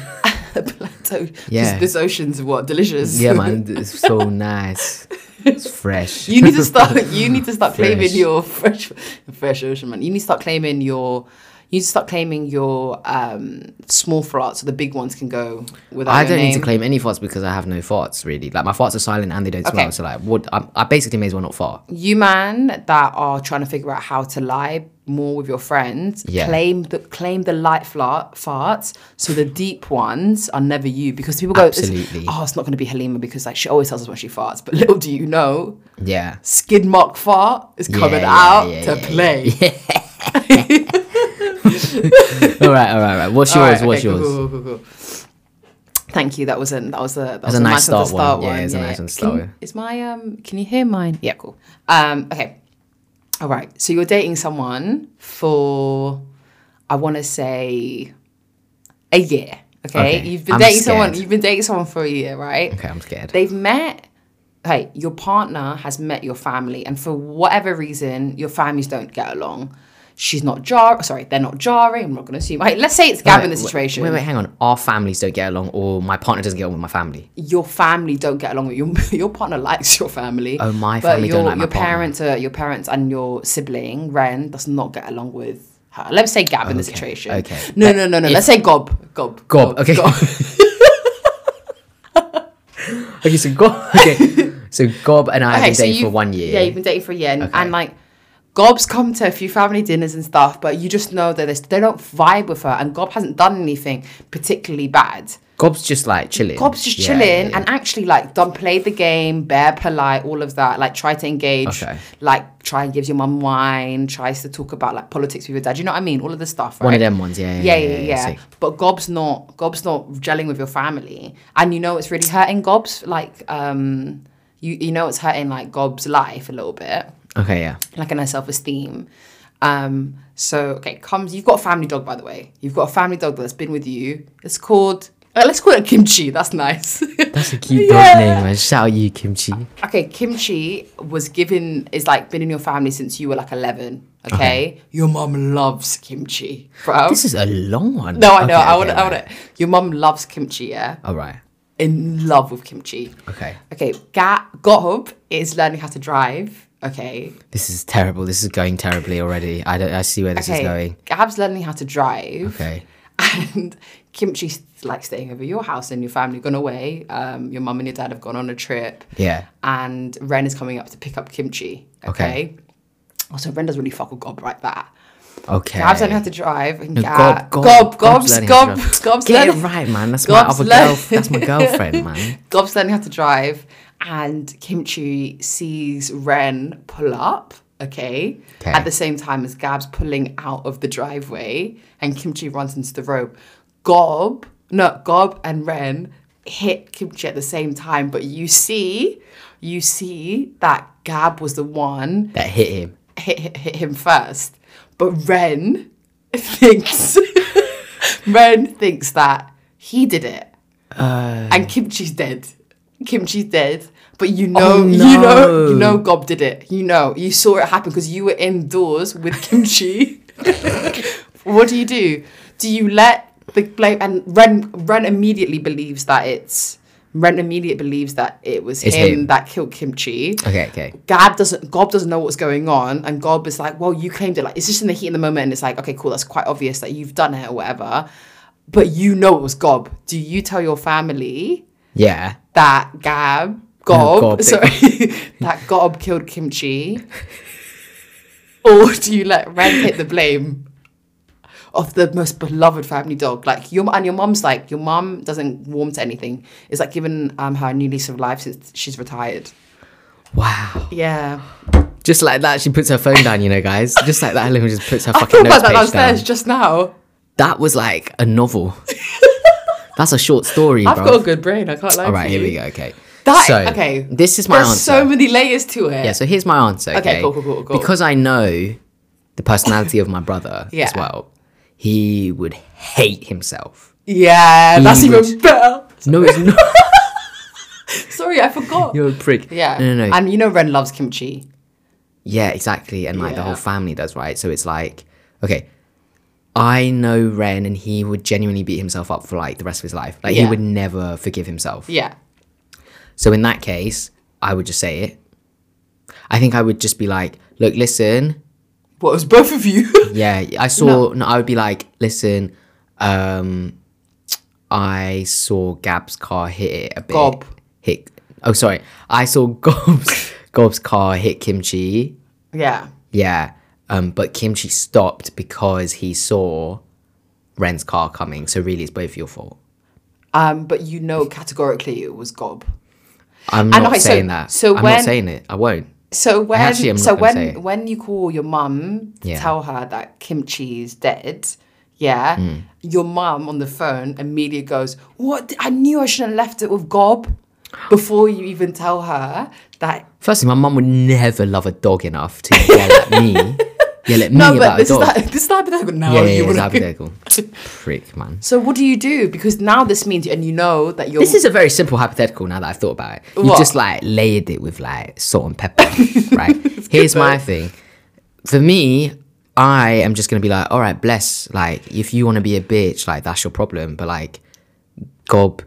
[SPEAKER 2] Plateau.
[SPEAKER 1] Yeah.
[SPEAKER 2] This, this ocean's what? Delicious.
[SPEAKER 1] yeah, man, it's so nice. It's fresh.
[SPEAKER 2] You need to start. You need to start claiming
[SPEAKER 1] Fresh.
[SPEAKER 2] your fresh, fresh ocean man. You need to start claiming your. You need to start claiming your um, small farts, so the big ones can go without.
[SPEAKER 1] I
[SPEAKER 2] your
[SPEAKER 1] don't need to
[SPEAKER 2] name.
[SPEAKER 1] claim any farts because I have no farts really. Like my farts are silent and they don't smell.
[SPEAKER 2] Okay.
[SPEAKER 1] So like, what? I, I basically may as well not fart.
[SPEAKER 2] You man that are trying to figure out how to lie more with your friends,
[SPEAKER 1] Yeah.
[SPEAKER 2] claim the claim the light fla- farts, so the deep ones are never you because people go, it's-
[SPEAKER 1] Absolutely.
[SPEAKER 2] "Oh, it's not going to be Halima because like she always tells us when she farts." But little do you know,
[SPEAKER 1] Yeah.
[SPEAKER 2] skid mark fart is coming
[SPEAKER 1] yeah,
[SPEAKER 2] out
[SPEAKER 1] yeah,
[SPEAKER 2] to
[SPEAKER 1] yeah,
[SPEAKER 2] play.
[SPEAKER 1] all right, all right, all right. What's yours?
[SPEAKER 2] All right,
[SPEAKER 1] What's
[SPEAKER 2] okay, cool,
[SPEAKER 1] yours?
[SPEAKER 2] cool, cool, cool, cool. Thank you. That was a that was a that was
[SPEAKER 1] a
[SPEAKER 2] a
[SPEAKER 1] nice
[SPEAKER 2] nice, one to
[SPEAKER 1] start one.
[SPEAKER 2] start
[SPEAKER 1] Yeah,
[SPEAKER 2] one.
[SPEAKER 1] it was a nice one to start
[SPEAKER 2] Can-
[SPEAKER 1] with.
[SPEAKER 2] Is my um? Can you hear mine? Yeah, cool. Um, okay. All right. So you're dating someone for, I want to say, a year. Okay.
[SPEAKER 1] Okay,
[SPEAKER 2] You've been
[SPEAKER 1] I'm
[SPEAKER 2] dating someone.
[SPEAKER 1] scared.
[SPEAKER 2] You've been dating someone for a year, right?
[SPEAKER 1] Okay, I'm scared.
[SPEAKER 2] They've met. Hey, your partner has met your family, and for whatever reason, your families don't get along. She's not jar. Sorry, they're not jarring. I'm not going to assume. Right, let's say it's Gab in the
[SPEAKER 1] Wait, wait,
[SPEAKER 2] situation.
[SPEAKER 1] Wait, wait, hang on. Our families don't get along, or my partner doesn't get along with my family.
[SPEAKER 2] your family don't get along with your your partner likes your family.
[SPEAKER 1] Oh, my
[SPEAKER 2] but
[SPEAKER 1] family
[SPEAKER 2] your,
[SPEAKER 1] don't like my
[SPEAKER 2] your
[SPEAKER 1] partner.
[SPEAKER 2] parents are your parents and your sibling Ren does not get along with her. Let's say Gab in the situation.
[SPEAKER 1] okay.
[SPEAKER 2] No,
[SPEAKER 1] But
[SPEAKER 2] no, no, no.
[SPEAKER 1] if-
[SPEAKER 2] Let's say Gob. Gob.
[SPEAKER 1] Gob. Okay. okay, so Gob. Okay, so Gob and I have
[SPEAKER 2] Okay,
[SPEAKER 1] been
[SPEAKER 2] so
[SPEAKER 1] dating
[SPEAKER 2] you've-
[SPEAKER 1] for one year.
[SPEAKER 2] Yeah, you've been dating for a year, and,
[SPEAKER 1] Okay.
[SPEAKER 2] and like. Gob's come to a few family dinners and stuff, but you just know that they, they don't vibe with her, and Gob hasn't done anything particularly bad.
[SPEAKER 1] Gob's just like chilling.
[SPEAKER 2] Gob's just
[SPEAKER 1] Yeah,
[SPEAKER 2] chilling
[SPEAKER 1] yeah, yeah.
[SPEAKER 2] and actually like done played the game, bare polite, all of that. Like try to engage,
[SPEAKER 1] Okay.
[SPEAKER 2] like try and gives your mum wine, tries to talk about like politics with your dad. You know what I mean? All of the stuff, right?
[SPEAKER 1] One of them ones, yeah.
[SPEAKER 2] Yeah, yeah, yeah.
[SPEAKER 1] sick.
[SPEAKER 2] But Gob's not Gob's not gelling with your family, and you know it's really hurting Gob's like um you you know it's hurting like Gob's life a little bit
[SPEAKER 1] Okay, yeah.
[SPEAKER 2] like in her self esteem. Um, so okay, comes you've got a family dog by the way. You've got a family dog that's been with you. It's called uh, let's call it Kimchi. That's nice.
[SPEAKER 1] That's a cute
[SPEAKER 2] Yeah.
[SPEAKER 1] dog name, man. Shout out you, Kimchi.
[SPEAKER 2] okay, Kimchi was given is like been in your family since you were like eleven. Okay, your mum loves Kimchi, bro.
[SPEAKER 1] This is a long one.
[SPEAKER 2] Oh. no, I
[SPEAKER 1] Okay,
[SPEAKER 2] know. I
[SPEAKER 1] okay,
[SPEAKER 2] want. to I
[SPEAKER 1] right.
[SPEAKER 2] want it. Your mum loves Kimchi. Yeah,
[SPEAKER 1] All right.
[SPEAKER 2] in love with Kimchi.
[SPEAKER 1] Okay.
[SPEAKER 2] Okay, Ga- Gob is learning how to drive. Okay,
[SPEAKER 1] This is terrible. This is going terribly already. I don't. I see where this
[SPEAKER 2] okay.
[SPEAKER 1] is going.
[SPEAKER 2] Gab's learning how to drive.
[SPEAKER 1] Okay.
[SPEAKER 2] and kimchi's like staying over your house and your family gone away um, your mum and your dad have gone on a trip
[SPEAKER 1] Yeah.
[SPEAKER 2] and ren is coming up to pick up kimchi okay,
[SPEAKER 1] Okay.
[SPEAKER 2] also ren doesn't really fuck with gob like that
[SPEAKER 1] Okay.
[SPEAKER 2] gab's learning how to drive and Gab-
[SPEAKER 1] Gob, gob,
[SPEAKER 2] gob gob's
[SPEAKER 1] learning how to
[SPEAKER 2] gob
[SPEAKER 1] drive.
[SPEAKER 2] gob's
[SPEAKER 1] Get
[SPEAKER 2] learning-
[SPEAKER 1] it right, man. That's
[SPEAKER 2] Gob's
[SPEAKER 1] my other
[SPEAKER 2] learn-
[SPEAKER 1] girl. That's my girlfriend, man.
[SPEAKER 2] gob's learning how to drive and kimchi sees ren pull up okay,
[SPEAKER 1] Okay.
[SPEAKER 2] at the same time as gab's pulling out of the driveway and kimchi runs into the road gob no gob and ren hit kimchi at the same time but you see you see that gab was the one
[SPEAKER 1] That hit him.
[SPEAKER 2] hit, hit, hit him first. But Ren thinks Ren thinks that he did it, and Kimchi's dead. Kimchi's dead. But you know,
[SPEAKER 1] Oh,
[SPEAKER 2] you know,
[SPEAKER 1] no.
[SPEAKER 2] you know, Gob did it. You know, you saw it happen because you were indoors with Kimchi. what do you do? Do you let the blame and Ren? Ren immediately believes that it's Ren. Immediately believes that it was
[SPEAKER 1] It's
[SPEAKER 2] him,
[SPEAKER 1] him.
[SPEAKER 2] that killed Kimchi.
[SPEAKER 1] Okay. Okay.
[SPEAKER 2] Gab doesn't Gob doesn't know what's going on and Gob is like, well, you claimed it. Like it's just in the heat of the moment and it's like, okay, cool, that's quite obvious that you've done it or whatever. But you know it was Gob. Do you tell your family
[SPEAKER 1] Yeah.
[SPEAKER 2] that Gab Gob,
[SPEAKER 1] Gob.
[SPEAKER 2] sorry that Gob killed Kimchi? or do you let Ren hit the blame of the most beloved family dog? Like your and your mum's like, your mum doesn't warm to anything. It's like giving um, her a new lease of life since she's retired.
[SPEAKER 1] Wow.
[SPEAKER 2] Yeah.
[SPEAKER 1] Just like that, she puts her phone down. You know, guys. Just like that, Helen just puts her
[SPEAKER 2] I thought
[SPEAKER 1] fucking notes
[SPEAKER 2] about that
[SPEAKER 1] page
[SPEAKER 2] downstairs
[SPEAKER 1] down.
[SPEAKER 2] just now.
[SPEAKER 1] That was like a novel. That's a short story,
[SPEAKER 2] I've
[SPEAKER 1] bro.
[SPEAKER 2] got a good brain. I can't lie.
[SPEAKER 1] All right,
[SPEAKER 2] to
[SPEAKER 1] here
[SPEAKER 2] you.
[SPEAKER 1] we go. Okay.
[SPEAKER 2] That
[SPEAKER 1] So,
[SPEAKER 2] okay.
[SPEAKER 1] this is my
[SPEAKER 2] There's
[SPEAKER 1] answer.
[SPEAKER 2] so many layers to it.
[SPEAKER 1] Yeah, so here's my answer. Okay,
[SPEAKER 2] cool, cool, cool, cool.
[SPEAKER 1] Because I know the personality of my brother
[SPEAKER 2] Yeah.
[SPEAKER 1] as well, he would hate himself.
[SPEAKER 2] Yeah, that's
[SPEAKER 1] He
[SPEAKER 2] even better.
[SPEAKER 1] No, it's not.
[SPEAKER 2] Sorry, I forgot.
[SPEAKER 1] You're a prick.
[SPEAKER 2] Yeah.
[SPEAKER 1] No, no, no.
[SPEAKER 2] And you know Ren loves kimchi.
[SPEAKER 1] yeah, exactly. And like the
[SPEAKER 2] Yeah.
[SPEAKER 1] whole family does, right? So it's like, okay, I know Ren and he would genuinely beat himself up for like the rest of his life. Like he
[SPEAKER 2] Yeah.
[SPEAKER 1] would never forgive himself.
[SPEAKER 2] Yeah.
[SPEAKER 1] So in that case, I would just say it. I think I would just be like, look, listen,
[SPEAKER 2] What it was both of you?
[SPEAKER 1] Yeah, I saw. No. I would be like, listen, um, I saw Gab's car hit it a bit.
[SPEAKER 2] Gob.
[SPEAKER 1] hit. Oh, sorry, I saw Gob's Gob's car hit Kimchi.
[SPEAKER 2] yeah.
[SPEAKER 1] Yeah, um, but Kimchi stopped because he saw Ren's car coming. So really, it's both your fault.
[SPEAKER 2] Um, but you know categorically it was gob.
[SPEAKER 1] I'm
[SPEAKER 2] And
[SPEAKER 1] not
[SPEAKER 2] okay, so-
[SPEAKER 1] saying that.
[SPEAKER 2] so
[SPEAKER 1] I'm
[SPEAKER 2] when-
[SPEAKER 1] not saying it. I won't.
[SPEAKER 2] So when
[SPEAKER 1] actually am not
[SPEAKER 2] so
[SPEAKER 1] gonna
[SPEAKER 2] when
[SPEAKER 1] say it.
[SPEAKER 2] when you call your mum to
[SPEAKER 1] Yeah.
[SPEAKER 2] tell her that kimchi is dead, yeah,
[SPEAKER 1] Hmm.
[SPEAKER 2] your mum on the phone immediately goes, "What? I knew I shouldn't have left it with gob." Before you even tell her that
[SPEAKER 1] Firstly, my mum would never love a dog enough to yell at me, yell at me
[SPEAKER 2] no, but
[SPEAKER 1] about a
[SPEAKER 2] this is,
[SPEAKER 1] dog.
[SPEAKER 2] not, this is not hypothetical. No,
[SPEAKER 1] yeah, yeah,
[SPEAKER 2] you
[SPEAKER 1] yeah, it's
[SPEAKER 2] wouldn't.
[SPEAKER 1] hypothetical. Prick, man.
[SPEAKER 2] So what do you do? Because now this means, and you know that you're.
[SPEAKER 1] This is a very simple hypothetical now that I've thought about it. You
[SPEAKER 2] What?
[SPEAKER 1] just like layered it with like salt and pepper, right? Here's my thing. For me, I am just gonna be like, all right, bless. Like, if you wanna be a bitch, like that's your problem. But like, Gob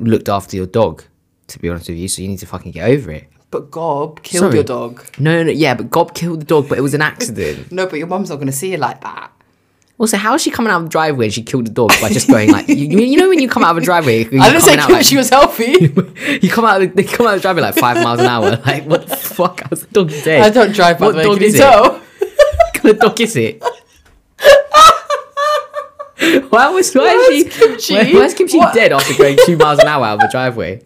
[SPEAKER 1] looked after your dog, to be honest with you. So you need to fucking get over it.
[SPEAKER 2] but Gob killed
[SPEAKER 1] Sorry.
[SPEAKER 2] your dog.
[SPEAKER 1] No, no, no, yeah, but Gob killed the dog, but it was an accident.
[SPEAKER 2] No, but your mum's not going to see it like that.
[SPEAKER 1] also, how is she coming out of the driveway and she killed the dog by just going like, you, you know when you come out of a driveway, you're
[SPEAKER 2] I didn't say
[SPEAKER 1] coming out,
[SPEAKER 2] kill,
[SPEAKER 1] like,
[SPEAKER 2] she was healthy.
[SPEAKER 1] you come out, of- they come out driving like five miles an hour. Like what the fuck? How's the dog dead?
[SPEAKER 2] I don't drive by
[SPEAKER 1] What
[SPEAKER 2] the way.
[SPEAKER 1] dog
[SPEAKER 2] Can you
[SPEAKER 1] is it?
[SPEAKER 2] tell?
[SPEAKER 1] What kind of dog is it? Why was why is
[SPEAKER 2] Where's
[SPEAKER 1] she?
[SPEAKER 2] Kimchi?
[SPEAKER 1] Why, why is Kimchi
[SPEAKER 2] What?
[SPEAKER 1] dead after going two miles an hour out of a driveway?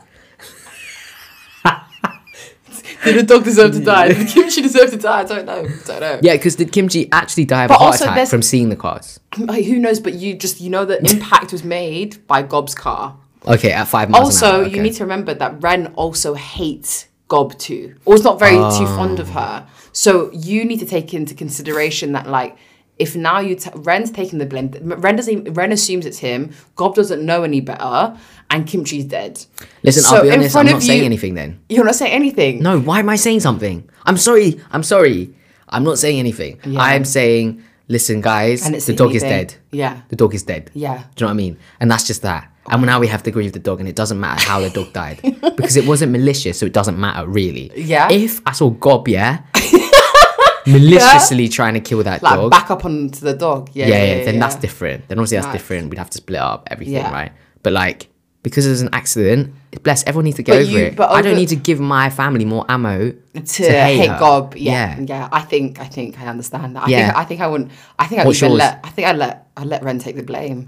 [SPEAKER 2] Did the dog deserve to die? Did the kimchi deserve to die? I don't know. don't know.
[SPEAKER 1] Yeah, because did Kimchi actually die of
[SPEAKER 2] But
[SPEAKER 1] a heart
[SPEAKER 2] also
[SPEAKER 1] attack
[SPEAKER 2] there's-
[SPEAKER 1] from seeing the cars?
[SPEAKER 2] Like, who knows? But you just you know the impact was made by Gob's car.
[SPEAKER 1] Okay, at five miles. an
[SPEAKER 2] Also,
[SPEAKER 1] hour,
[SPEAKER 2] you
[SPEAKER 1] okay.
[SPEAKER 2] need to remember that Ren also hates Gob too, or is not very too fond of her. So you need to take into consideration that like. If now you t- Ren's taking the blame, Ren doesn't. Ren assumes it's him. Gob doesn't know any better, and Kimchi's dead.
[SPEAKER 1] Listen,
[SPEAKER 2] So
[SPEAKER 1] I'll be
[SPEAKER 2] in
[SPEAKER 1] honest. I'm
[SPEAKER 2] front
[SPEAKER 1] not
[SPEAKER 2] of
[SPEAKER 1] saying
[SPEAKER 2] you-
[SPEAKER 1] anything then.
[SPEAKER 2] You're not saying anything.
[SPEAKER 1] No, why am I saying something? I'm sorry. I'm sorry. I'm not saying anything. I'm saying, listen, guys,
[SPEAKER 2] And it's
[SPEAKER 1] the
[SPEAKER 2] an
[SPEAKER 1] dog is
[SPEAKER 2] evening.
[SPEAKER 1] dead.
[SPEAKER 2] Yeah.
[SPEAKER 1] The dog is dead.
[SPEAKER 2] Yeah.
[SPEAKER 1] Do you know what I mean? And that's just that. And now we have to agree with the dog, and it doesn't matter how the dog died because it wasn't malicious, so it doesn't matter really.
[SPEAKER 2] Yeah.
[SPEAKER 1] If I saw Gob, yeah, maliciously trying to kill that
[SPEAKER 2] Like
[SPEAKER 1] dog,
[SPEAKER 2] back up onto the dog. Yeah,
[SPEAKER 1] yeah, yeah,
[SPEAKER 2] yeah.
[SPEAKER 1] then
[SPEAKER 2] yeah.
[SPEAKER 1] that's different. Then obviously that's
[SPEAKER 2] Right.
[SPEAKER 1] different. We'd have to split up everything,
[SPEAKER 2] Yeah.
[SPEAKER 1] right? But like because there's an accident, bless everyone needs to get
[SPEAKER 2] But
[SPEAKER 1] over
[SPEAKER 2] you-
[SPEAKER 1] it.
[SPEAKER 2] but
[SPEAKER 1] I don't
[SPEAKER 2] over-
[SPEAKER 1] need to give my family more ammo to,
[SPEAKER 2] to, hate
[SPEAKER 1] her.
[SPEAKER 2] gob. Yeah, yeah, I think I think I understand that. I
[SPEAKER 1] Yeah.
[SPEAKER 2] think I think I wouldn't. I think I would
[SPEAKER 1] What's
[SPEAKER 2] even
[SPEAKER 1] yours?
[SPEAKER 2] let. I think I let I let Ren take the blame.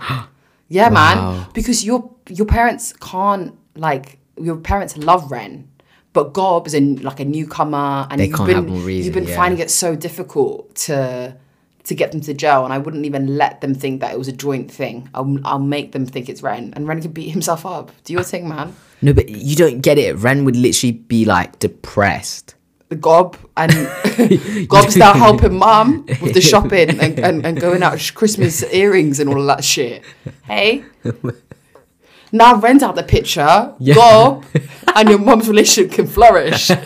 [SPEAKER 2] yeah,
[SPEAKER 1] Wow.
[SPEAKER 2] man, because your your parents can't like your parents love Ren. But Gob is a, like a newcomer, and
[SPEAKER 1] They
[SPEAKER 2] you've
[SPEAKER 1] can't
[SPEAKER 2] been
[SPEAKER 1] have more reason,
[SPEAKER 2] you've been
[SPEAKER 1] yeah.
[SPEAKER 2] finding it so difficult to to get them to jail, and I wouldn't even let them think that it was a joint thing. I'll, I'll make them think it's Ren, and Ren can beat himself up. Do your thing, man.
[SPEAKER 1] No, but you don't get it. Ren would literally be like depressed.
[SPEAKER 2] the gob and gob's now helping mum with the shopping and, and, and going out sh- Christmas earrings and all of that shit. Hey. Now Ren's out the picture, Gob and your mum's relationship can flourish.
[SPEAKER 1] So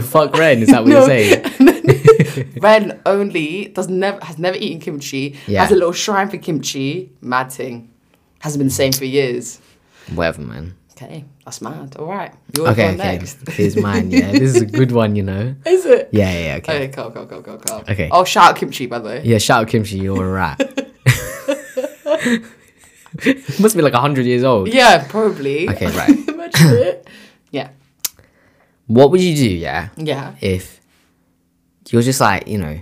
[SPEAKER 1] fuck Ren, is that what you're
[SPEAKER 2] No.
[SPEAKER 1] saying?
[SPEAKER 2] Ren only does never has never eaten kimchi,
[SPEAKER 1] Yeah.
[SPEAKER 2] has a little shrine for kimchi, mad thing. Hasn't been the same for years.
[SPEAKER 1] Whatever, man.
[SPEAKER 2] Okay, that's mad. All right. You're
[SPEAKER 1] Okay,
[SPEAKER 2] okay,
[SPEAKER 1] okay.
[SPEAKER 2] next.
[SPEAKER 1] Here's mine. Yeah, this is a good one, you know.
[SPEAKER 2] Is it?
[SPEAKER 1] Yeah, yeah, yeah, okay.
[SPEAKER 2] Okay, cool, cool, cool, cool, cool.
[SPEAKER 1] Okay.
[SPEAKER 2] Oh, shout out kimchi, by the way.
[SPEAKER 1] Yeah, shout out Kimchi, you're a rat. Must be like 100 years old.
[SPEAKER 2] Yeah, probably.
[SPEAKER 1] Okay, right.
[SPEAKER 2] Imagine it. Yeah,
[SPEAKER 1] What would you do, yeah,
[SPEAKER 2] yeah,
[SPEAKER 1] if you're just like, you know,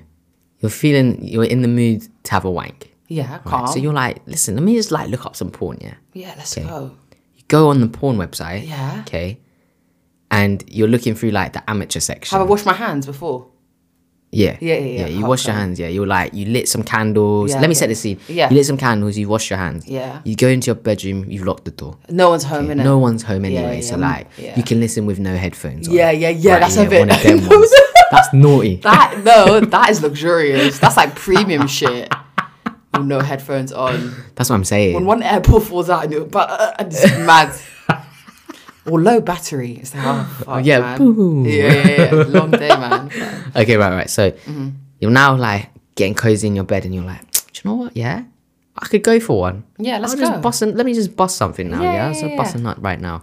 [SPEAKER 1] you're feeling, you're in the mood to have a wank.
[SPEAKER 2] yeah. Calm.
[SPEAKER 1] Right? So you're like, listen, let me just like look up some porn, yeah?
[SPEAKER 2] yeah, let's go.
[SPEAKER 1] You go on the porn website.
[SPEAKER 2] Yeah.
[SPEAKER 1] Okay. And you're looking through like the amateur section.
[SPEAKER 2] Have I washed my hands before?
[SPEAKER 1] Yeah.
[SPEAKER 2] Yeah, yeah, yeah,
[SPEAKER 1] You
[SPEAKER 2] hot
[SPEAKER 1] wash your hands. Yeah. You're like, you lit some candles.
[SPEAKER 2] Yeah,
[SPEAKER 1] Let me
[SPEAKER 2] yeah.
[SPEAKER 1] set the scene.
[SPEAKER 2] Yeah.
[SPEAKER 1] You lit some candles, you wash your hands.
[SPEAKER 2] Yeah.
[SPEAKER 1] You go into your bedroom, you've locked the door.
[SPEAKER 2] No one's home in it.
[SPEAKER 1] No one's home anyway.
[SPEAKER 2] yeah,
[SPEAKER 1] So,
[SPEAKER 2] mm,
[SPEAKER 1] like,
[SPEAKER 2] yeah.
[SPEAKER 1] you can listen with no headphones on.
[SPEAKER 2] Yeah, yeah, yeah, that's a bit-
[SPEAKER 1] One of them ones. That's naughty.
[SPEAKER 2] That no, that is luxurious. That's like premium shit. With no headphones on.
[SPEAKER 1] That's what I'm
[SPEAKER 2] When
[SPEAKER 1] saying.
[SPEAKER 2] one AirPod falls out, and you're but uh, and it's mad. Or low battery. It's like, oh, fuck,
[SPEAKER 1] yeah,
[SPEAKER 2] man.
[SPEAKER 1] boo.
[SPEAKER 2] yeah, yeah, yeah. Long day, man.
[SPEAKER 1] Okay, right, right. So,
[SPEAKER 2] Mm-hmm.
[SPEAKER 1] you're now like getting cozy in your bed and you're like, do you know what? Yeah. I could go for one.
[SPEAKER 2] Yeah, let's
[SPEAKER 1] I'll
[SPEAKER 2] go.
[SPEAKER 1] Just bust an, let me just bust something now.
[SPEAKER 2] Yeah,
[SPEAKER 1] Yeah.
[SPEAKER 2] yeah,
[SPEAKER 1] so,
[SPEAKER 2] yeah,
[SPEAKER 1] bust a nut right now.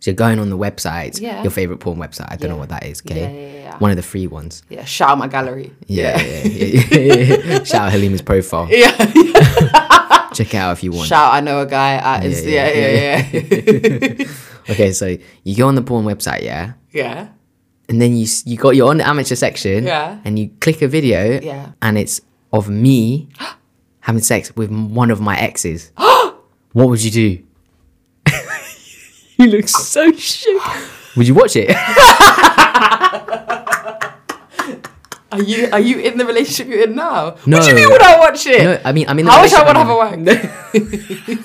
[SPEAKER 1] So, you're going on the websites,
[SPEAKER 2] Yeah.
[SPEAKER 1] your favorite porn website. I don't know what that is, okay?
[SPEAKER 2] Yeah, yeah, yeah.
[SPEAKER 1] One of the free ones.
[SPEAKER 2] Yeah, shout out my gallery.
[SPEAKER 1] Yeah, yeah, yeah, yeah. Shout out Halima's profile.
[SPEAKER 2] Yeah.
[SPEAKER 1] Check it out if you want.
[SPEAKER 2] Shout out, I know a guy. At, yeah, yeah,
[SPEAKER 1] yeah,
[SPEAKER 2] yeah, yeah, yeah.
[SPEAKER 1] Okay, so you go on the porn website, yeah,
[SPEAKER 2] yeah.
[SPEAKER 1] and then you s- you got you're on the amateur section,
[SPEAKER 2] Yeah.
[SPEAKER 1] and you click a video,
[SPEAKER 2] Yeah.
[SPEAKER 1] and it's of me having sex with m- one of my exes. what would you do? you look so shook. Would you watch it?
[SPEAKER 2] Are you are you in the relationship you're in now?
[SPEAKER 1] No.
[SPEAKER 2] What do you mean would I watch it?
[SPEAKER 1] no, I mean, I'm in the
[SPEAKER 2] How wish I
[SPEAKER 1] relationship
[SPEAKER 2] would have
[SPEAKER 1] I'm
[SPEAKER 2] a
[SPEAKER 1] in.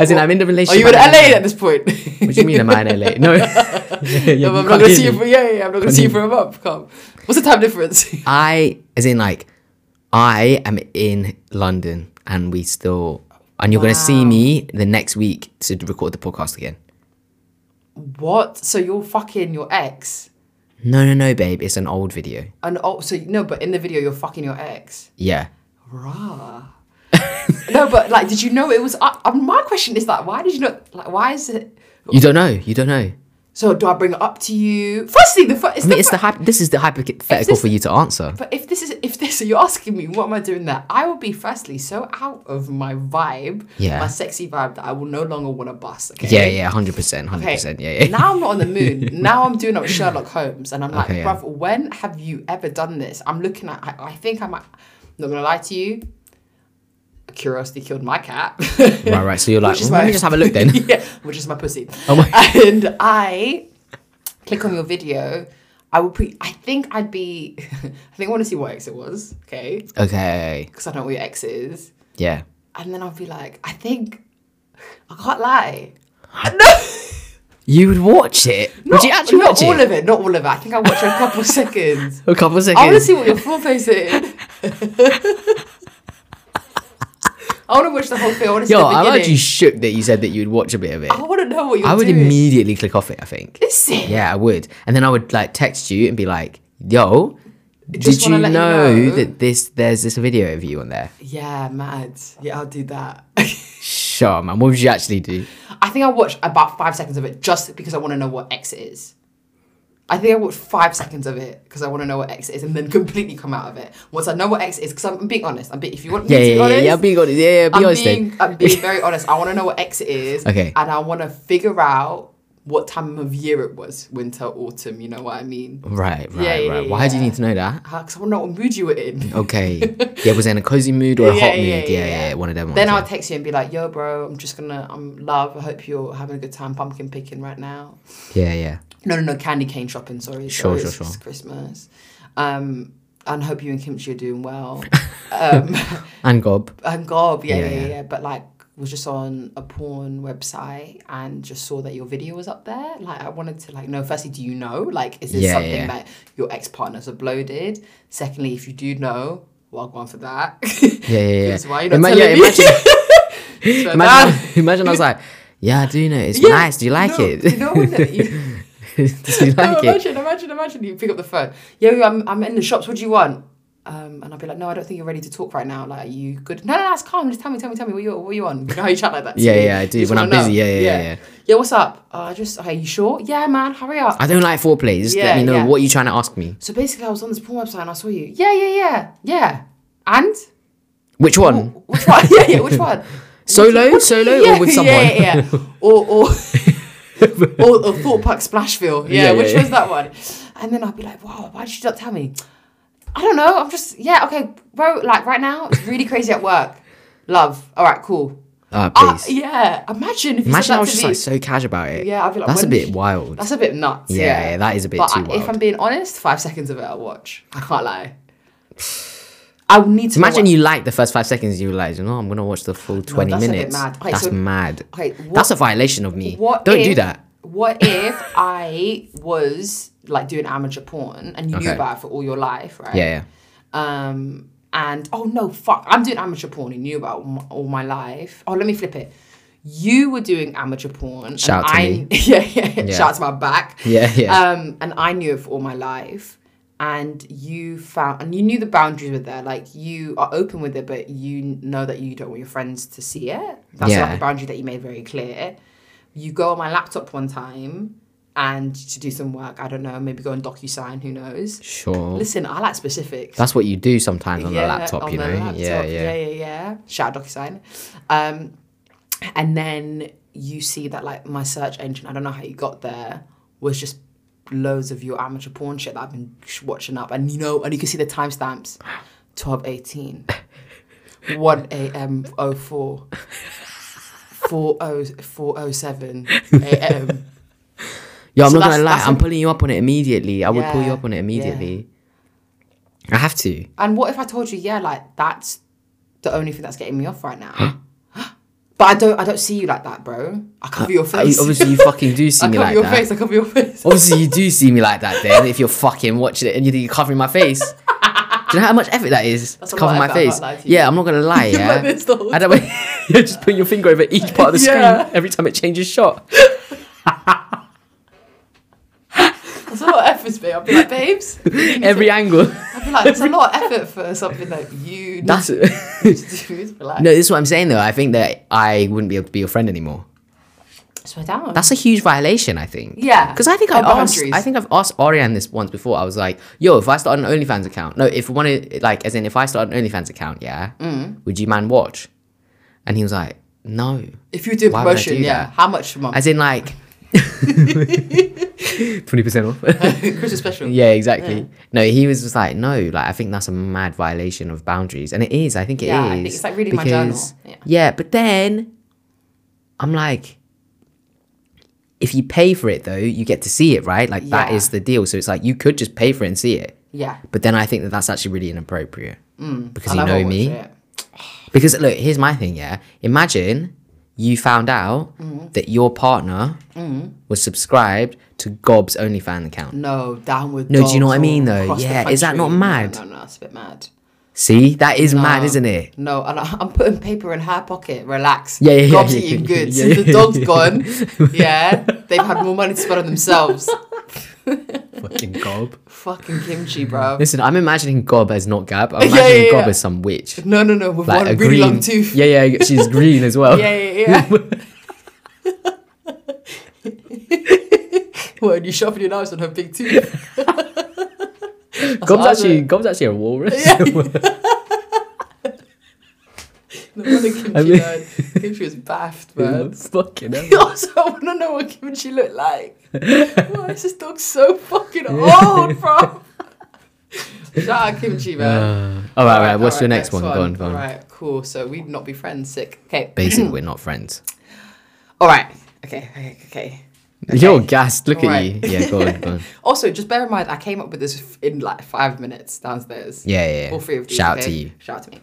[SPEAKER 1] As in, I'm in the
[SPEAKER 2] Are
[SPEAKER 1] relationship.
[SPEAKER 2] you in
[SPEAKER 1] I'm
[SPEAKER 2] LA at this point?
[SPEAKER 1] What do you mean, am I in LA? No. Yeah, yeah, you
[SPEAKER 2] I'm
[SPEAKER 1] can't
[SPEAKER 2] not gonna
[SPEAKER 1] hear
[SPEAKER 2] see you
[SPEAKER 1] me.
[SPEAKER 2] for yeah, yeah, yeah, I'm not gonna see you for a month. Come. What's the time difference?
[SPEAKER 1] I, as in, like, I am in London, and we still, and you're gonna see me the next week to record the podcast again.
[SPEAKER 2] what? So you're fucking your ex?
[SPEAKER 1] No, no, no, babe. It's an old video.
[SPEAKER 2] And oh so no, but in the video you're fucking your ex.
[SPEAKER 1] Yeah.
[SPEAKER 2] Rah. no, but like did you know it was up? I mean, my question is like why did you not like why is it
[SPEAKER 1] You don't know. You don't know.
[SPEAKER 2] so do I bring it up to you? Firstly, the first
[SPEAKER 1] I mean, it's the hypo- This is the hypothetical for you to answer.
[SPEAKER 2] But if this is if this you're asking me what am I doing there, I will be firstly so out of my vibe,
[SPEAKER 1] Yeah.
[SPEAKER 2] my sexy vibe that I will no longer want to bust. Okay.
[SPEAKER 1] Yeah, yeah, hundred percent, hundred
[SPEAKER 2] Okay.
[SPEAKER 1] percent. Yeah, yeah.
[SPEAKER 2] Now I'm not on the moon. now I'm doing up Sherlock Holmes, and I'm like,
[SPEAKER 1] Okay, yeah.
[SPEAKER 2] bruv, when have you ever done this? I'm looking at. I, I think I'm not gonna lie to you. Curiosity killed my cat.
[SPEAKER 1] Right, right. So you're like,
[SPEAKER 2] Which is
[SPEAKER 1] "Well, let
[SPEAKER 2] my-
[SPEAKER 1] me just have a look then.
[SPEAKER 2] yeah, which is my pussy.
[SPEAKER 1] Oh my-
[SPEAKER 2] And I click on your video. I would pre. I think I'd be. I think I want to see what ex it was. Okay,
[SPEAKER 1] okay.
[SPEAKER 2] because I don't know what your ex is.
[SPEAKER 1] Yeah.
[SPEAKER 2] And then I'll be like, I think I can't lie.
[SPEAKER 1] You would watch it.
[SPEAKER 2] Not,
[SPEAKER 1] would you actually
[SPEAKER 2] not
[SPEAKER 1] watch
[SPEAKER 2] all
[SPEAKER 1] it?
[SPEAKER 2] of it. Not all of it. I think I watched a couple seconds.
[SPEAKER 1] a couple of seconds.
[SPEAKER 2] I want to see what your floor face is. I want to watch the whole thing. I want to see
[SPEAKER 1] Yo,
[SPEAKER 2] the
[SPEAKER 1] I'm
[SPEAKER 2] beginning.
[SPEAKER 1] actually shook that you said that you'd watch a bit of it.
[SPEAKER 2] I want to know what you're
[SPEAKER 1] I would
[SPEAKER 2] doing.
[SPEAKER 1] immediately click off it. I think.
[SPEAKER 2] Listen.
[SPEAKER 1] Yeah, I would, and then I would like text you and be like, "Yo,
[SPEAKER 2] Just
[SPEAKER 1] did you
[SPEAKER 2] wanna
[SPEAKER 1] know,
[SPEAKER 2] let you know."
[SPEAKER 1] that this there's this video of you on there?"
[SPEAKER 2] Yeah, mad. Yeah, I'll do that.
[SPEAKER 1] Sure, man. What would you actually do?
[SPEAKER 2] I think I watched about five seconds of it just because I want to know what X it is. I think I watched five seconds of it because I want to know what X it is, and then completely come out of it once I know what X it is. Because I'm, I'm being honest. I'm being, if you want me
[SPEAKER 1] Yeah,
[SPEAKER 2] to be
[SPEAKER 1] yeah, yeah,
[SPEAKER 2] honest,
[SPEAKER 1] yeah. Be honest. Yeah, yeah. Be
[SPEAKER 2] I'm
[SPEAKER 1] honest. then.
[SPEAKER 2] being, I'm being very honest. I want to know what X it is.
[SPEAKER 1] Okay.
[SPEAKER 2] And I want to figure out what time of year it was winter, autumn, you know what I mean?
[SPEAKER 1] Right, right,
[SPEAKER 2] Yeah, yeah,
[SPEAKER 1] right. Why do you
[SPEAKER 2] yeah.
[SPEAKER 1] need to know that?
[SPEAKER 2] Because I want to know what mood you were in.
[SPEAKER 1] Okay. yeah, was it in a cozy mood or a
[SPEAKER 2] Yeah,
[SPEAKER 1] hot
[SPEAKER 2] yeah,
[SPEAKER 1] mood?
[SPEAKER 2] yeah,
[SPEAKER 1] Yeah, yeah,
[SPEAKER 2] yeah.
[SPEAKER 1] yeah, One of them.
[SPEAKER 2] Then
[SPEAKER 1] ones,
[SPEAKER 2] I'll text you and be like, yo, bro, I'm just going to, I'm love. I hope you're having a good time pumpkin picking right now.
[SPEAKER 1] yeah. yeah, yeah.
[SPEAKER 2] No, no, no, candy cane shopping, sorry.
[SPEAKER 1] Sure,
[SPEAKER 2] sorry,
[SPEAKER 1] sure,
[SPEAKER 2] it's
[SPEAKER 1] sure.
[SPEAKER 2] Christmas. Um, and hope you and Kimchi are doing well. um,
[SPEAKER 1] And gob.
[SPEAKER 2] and gob, yeah,
[SPEAKER 1] Yeah,
[SPEAKER 2] yeah, yeah,
[SPEAKER 1] yeah.
[SPEAKER 2] But like, was just on a porn website and just saw that your video was up there. Like, I wanted to like know. Firstly, do you know? Like, is this
[SPEAKER 1] Yeah,
[SPEAKER 2] something
[SPEAKER 1] yeah.
[SPEAKER 2] that your ex partners have bloated? Secondly, if you do know, well, I'll go on for that.
[SPEAKER 1] Yeah, yeah, yeah.
[SPEAKER 2] Because why are you not
[SPEAKER 1] Ima-
[SPEAKER 2] telling
[SPEAKER 1] yeah,
[SPEAKER 2] me?
[SPEAKER 1] imagine,
[SPEAKER 2] So that-
[SPEAKER 1] imagine, imagine I was like, yeah, I do know. It's
[SPEAKER 2] Yeah,
[SPEAKER 1] nice. Do you like
[SPEAKER 2] no,
[SPEAKER 1] it?
[SPEAKER 2] You know when that you.
[SPEAKER 1] do you
[SPEAKER 2] no,
[SPEAKER 1] like it?
[SPEAKER 2] imagine, imagine, imagine you pick up the phone. Yo, yo, I'm, I'm in the shops. What do you want? Um, and I'll be like, no, I don't think you're ready to talk right now. Like, are you good? No, no, no, it's calm. Just tell me, tell me, tell me what you what you on. You know how you chat like that. to
[SPEAKER 1] Yeah,
[SPEAKER 2] me?
[SPEAKER 1] yeah, I
[SPEAKER 2] You
[SPEAKER 1] do.
[SPEAKER 2] just
[SPEAKER 1] When
[SPEAKER 2] wanna
[SPEAKER 1] I'm busy,
[SPEAKER 2] know.
[SPEAKER 1] yeah, yeah, yeah, yeah.
[SPEAKER 2] Yeah, what's up? Uh, just okay. You sure? Yeah, man. Hurry up.
[SPEAKER 1] I don't like foreplay. Just let
[SPEAKER 2] Yeah,
[SPEAKER 1] me know
[SPEAKER 2] yeah.
[SPEAKER 1] what you're trying to ask me.
[SPEAKER 2] so basically, I was on this porn website and I saw you. Yeah, yeah, yeah, yeah. And
[SPEAKER 1] Which one?
[SPEAKER 2] which one? yeah, yeah. Which one?
[SPEAKER 1] Solo?
[SPEAKER 2] Which one?
[SPEAKER 1] Solo or with someone?
[SPEAKER 2] Yeah, yeah. yeah. or or. or, or Thought Park Splashville. Yeah,
[SPEAKER 1] Yeah, yeah,
[SPEAKER 2] which
[SPEAKER 1] yeah.
[SPEAKER 2] was that one? And then I'd be like, wow, why did you not tell me? I don't know. I'm just, yeah, okay, bro, like right now, it's really crazy at work. Love. All right, cool.
[SPEAKER 1] Uh,
[SPEAKER 2] Ah,
[SPEAKER 1] please.
[SPEAKER 2] yeah. Imagine if you
[SPEAKER 1] Imagine
[SPEAKER 2] said
[SPEAKER 1] I
[SPEAKER 2] that
[SPEAKER 1] was
[SPEAKER 2] to
[SPEAKER 1] just
[SPEAKER 2] me.
[SPEAKER 1] like so cash about it.
[SPEAKER 2] Yeah, I'd be like,
[SPEAKER 1] that's a
[SPEAKER 2] when-
[SPEAKER 1] bit wild.
[SPEAKER 2] That's a bit nuts.
[SPEAKER 1] Yeah,
[SPEAKER 2] Yeah,
[SPEAKER 1] yeah, that is a bit
[SPEAKER 2] But
[SPEAKER 1] too
[SPEAKER 2] I,
[SPEAKER 1] wild.
[SPEAKER 2] if I'm being honest, five seconds of it, I'll watch. I can't lie. I would need to know
[SPEAKER 1] Imagine
[SPEAKER 2] what-
[SPEAKER 1] you like the first five seconds, you realize, you know, I'm gonna watch the full twenty
[SPEAKER 2] that's a bit
[SPEAKER 1] minutes.
[SPEAKER 2] mad. Okay,
[SPEAKER 1] that's
[SPEAKER 2] so-
[SPEAKER 1] mad.
[SPEAKER 2] okay, what-
[SPEAKER 1] that's a violation of me.
[SPEAKER 2] What
[SPEAKER 1] Don't
[SPEAKER 2] if,
[SPEAKER 1] do that.
[SPEAKER 2] What if I was like doing amateur porn and you knew
[SPEAKER 1] Okay.
[SPEAKER 2] about it for all your life, right?
[SPEAKER 1] Yeah, yeah.
[SPEAKER 2] Um, and oh no, fuck, I'm doing amateur porn and you knew about all my, all my life. Oh, let me flip it. You were doing amateur porn.
[SPEAKER 1] Shout
[SPEAKER 2] and
[SPEAKER 1] to
[SPEAKER 2] I,
[SPEAKER 1] me.
[SPEAKER 2] Yeah, yeah, Shout out to my back.
[SPEAKER 1] Yeah, yeah.
[SPEAKER 2] Um, and I knew it for all my life. And you found, and you knew the boundaries were there. Like you are open with it, but you know that you don't want your friends to see it. That's
[SPEAKER 1] Yeah.
[SPEAKER 2] like a boundary that you made very clear. You go on my laptop one time and to do some work. I don't know, maybe go on DocuSign. Who knows?
[SPEAKER 1] Sure.
[SPEAKER 2] Listen, I like specifics
[SPEAKER 1] That's what you do sometimes on the
[SPEAKER 2] on
[SPEAKER 1] laptop, you know?
[SPEAKER 2] the laptop.
[SPEAKER 1] Yeah, yeah.
[SPEAKER 2] yeah, yeah. Shout out DocuSign. Um, and then you see that like my search engine, I don't know how you got there, was just loads of your amateur porn shit that I've been sh- watching up, and you know, and you can see the timestamps, twelve eighteen. 1 a.m. 04 40 407 a.m.
[SPEAKER 1] Yo, I'm
[SPEAKER 2] So
[SPEAKER 1] not gonna
[SPEAKER 2] that's-
[SPEAKER 1] lie,
[SPEAKER 2] that's
[SPEAKER 1] I'm
[SPEAKER 2] a-
[SPEAKER 1] pulling you up on it immediately. I would pull you
[SPEAKER 2] Yeah,
[SPEAKER 1] up on it
[SPEAKER 2] yeah.
[SPEAKER 1] immediately. I have to.
[SPEAKER 2] And what if I told you, yeah, like that's the only thing that's getting me off right now? but I don't, I don't see you like that, bro. I cover your
[SPEAKER 1] I-
[SPEAKER 2] face.
[SPEAKER 1] Obviously you fucking do see
[SPEAKER 2] I
[SPEAKER 1] me
[SPEAKER 2] cover
[SPEAKER 1] like
[SPEAKER 2] your
[SPEAKER 1] that.
[SPEAKER 2] face. I cover your face.
[SPEAKER 1] Obviously you do see me like that then if you're fucking watching it and you think you're covering my face. Do you know how much effort that is
[SPEAKER 2] That's
[SPEAKER 1] to
[SPEAKER 2] a
[SPEAKER 1] cover
[SPEAKER 2] lot of
[SPEAKER 1] my
[SPEAKER 2] effort, I
[SPEAKER 1] face?
[SPEAKER 2] can't lie to you.
[SPEAKER 1] Yeah, I'm not gonna lie, yeah.
[SPEAKER 2] like this the whole
[SPEAKER 1] I don't you're just putting your finger over each part of the
[SPEAKER 2] Yeah.
[SPEAKER 1] screen every time it changes shot.
[SPEAKER 2] That's a lot of effort, babe. I'd be like, babes.
[SPEAKER 1] Every angle.
[SPEAKER 2] I'd be like, it's a lot of effort for something that you need
[SPEAKER 1] That's it.
[SPEAKER 2] to do. Be like,
[SPEAKER 1] No, this is what I'm saying though. I think that I wouldn't be able to be your friend anymore.
[SPEAKER 2] swear down.
[SPEAKER 1] That's a huge violation, I think.
[SPEAKER 2] Yeah.
[SPEAKER 1] Because I think I
[SPEAKER 2] Our
[SPEAKER 1] asked,
[SPEAKER 2] Oh, boundaries.
[SPEAKER 1] I think I've asked Oriane this once before. I was like, "Yo, if I start an OnlyFans account, no, if one of- like, as in, if I start an OnlyFans account, yeah, would you man watch?" And he was like, "No,"
[SPEAKER 2] if you do
[SPEAKER 1] Why would I
[SPEAKER 2] promotion,
[SPEAKER 1] do
[SPEAKER 2] yeah.
[SPEAKER 1] that?
[SPEAKER 2] How much a month?
[SPEAKER 1] as in like twenty percent off.
[SPEAKER 2] Christmas special.
[SPEAKER 1] yeah, exactly. No, he was just like, "No, like, I think that's a mad violation of boundaries," and it is. I think it is.
[SPEAKER 2] Yeah, I think it's like reading my journal.
[SPEAKER 1] Yeah.
[SPEAKER 2] Yeah.
[SPEAKER 1] but then I'm like. If you pay for it though, you get to see it, right? Like that
[SPEAKER 2] Yeah.
[SPEAKER 1] is the deal. So it's like you could just pay for it and see it.
[SPEAKER 2] Yeah.
[SPEAKER 1] But then I think that that's actually really inappropriate because
[SPEAKER 2] And
[SPEAKER 1] you
[SPEAKER 2] I've
[SPEAKER 1] know
[SPEAKER 2] always-
[SPEAKER 1] me.
[SPEAKER 2] yeah.
[SPEAKER 1] Because look, here's my thing. Yeah, imagine you found out
[SPEAKER 2] Mm-hmm.
[SPEAKER 1] that your partner was subscribed to Gob's OnlyFans account.
[SPEAKER 2] No, downward.
[SPEAKER 1] No, do you know
[SPEAKER 2] dogs
[SPEAKER 1] what I mean,
[SPEAKER 2] all
[SPEAKER 1] though?
[SPEAKER 2] across the
[SPEAKER 1] Yeah, is that not
[SPEAKER 2] country.
[SPEAKER 1] mad?
[SPEAKER 2] No, no, no, it's a bit mad.
[SPEAKER 1] See, that is mad, isn't it?
[SPEAKER 2] Um, No, and I- I'm putting paper in her pocket. Relax.
[SPEAKER 1] Yeah, yeah, yeah,
[SPEAKER 2] Gob's
[SPEAKER 1] yeah,
[SPEAKER 2] eating
[SPEAKER 1] yeah,
[SPEAKER 2] good.
[SPEAKER 1] yeah,
[SPEAKER 2] Since
[SPEAKER 1] yeah,
[SPEAKER 2] the dog's gone, yeah, they've had more money to spend on themselves.
[SPEAKER 1] Fucking Gob.
[SPEAKER 2] Fucking kimchi, bro.
[SPEAKER 1] Listen, I'm imagining Gob as not Gab. I'm imagining
[SPEAKER 2] yeah,
[SPEAKER 1] Gob
[SPEAKER 2] yeah.
[SPEAKER 1] as some witch.
[SPEAKER 2] No, no, no. With
[SPEAKER 1] Like
[SPEAKER 2] one
[SPEAKER 1] a
[SPEAKER 2] really
[SPEAKER 1] green.
[SPEAKER 2] long tooth.
[SPEAKER 1] Yeah, yeah, she's green as well.
[SPEAKER 2] Yeah, yeah, yeah. When you sharpen your knives on her big tooth. That's
[SPEAKER 1] Gob's
[SPEAKER 2] what I
[SPEAKER 1] actually
[SPEAKER 2] do.
[SPEAKER 1] Gob's actually a walrus.
[SPEAKER 2] Yeah. No wonder kimchi,
[SPEAKER 1] I mean-
[SPEAKER 2] died. kimchi was baffed, man.
[SPEAKER 1] Fucking hell.
[SPEAKER 2] I also want to know what kimchi looked like. Why is this dog so fucking old, bro? Shout out kimchi, man.
[SPEAKER 1] Uh, all right, all right.
[SPEAKER 2] Alright,
[SPEAKER 1] What's your
[SPEAKER 2] alright,
[SPEAKER 1] next, one? Go on, go on.
[SPEAKER 2] All right, cool. So we'd not be friends. Sick. Okay.
[SPEAKER 1] Basically, we're not friends.
[SPEAKER 2] All right. Okay. Okay. Okay.
[SPEAKER 1] You're gassed. Look
[SPEAKER 2] Alright.
[SPEAKER 1] at you. Yeah, go on, go on.
[SPEAKER 2] Also, just bear in mind, I came up with this f- in like five minutes downstairs.
[SPEAKER 1] Yeah, yeah. yeah.
[SPEAKER 2] All three of these.
[SPEAKER 1] Shout out
[SPEAKER 2] okay?
[SPEAKER 1] to you.
[SPEAKER 2] Shout out to me.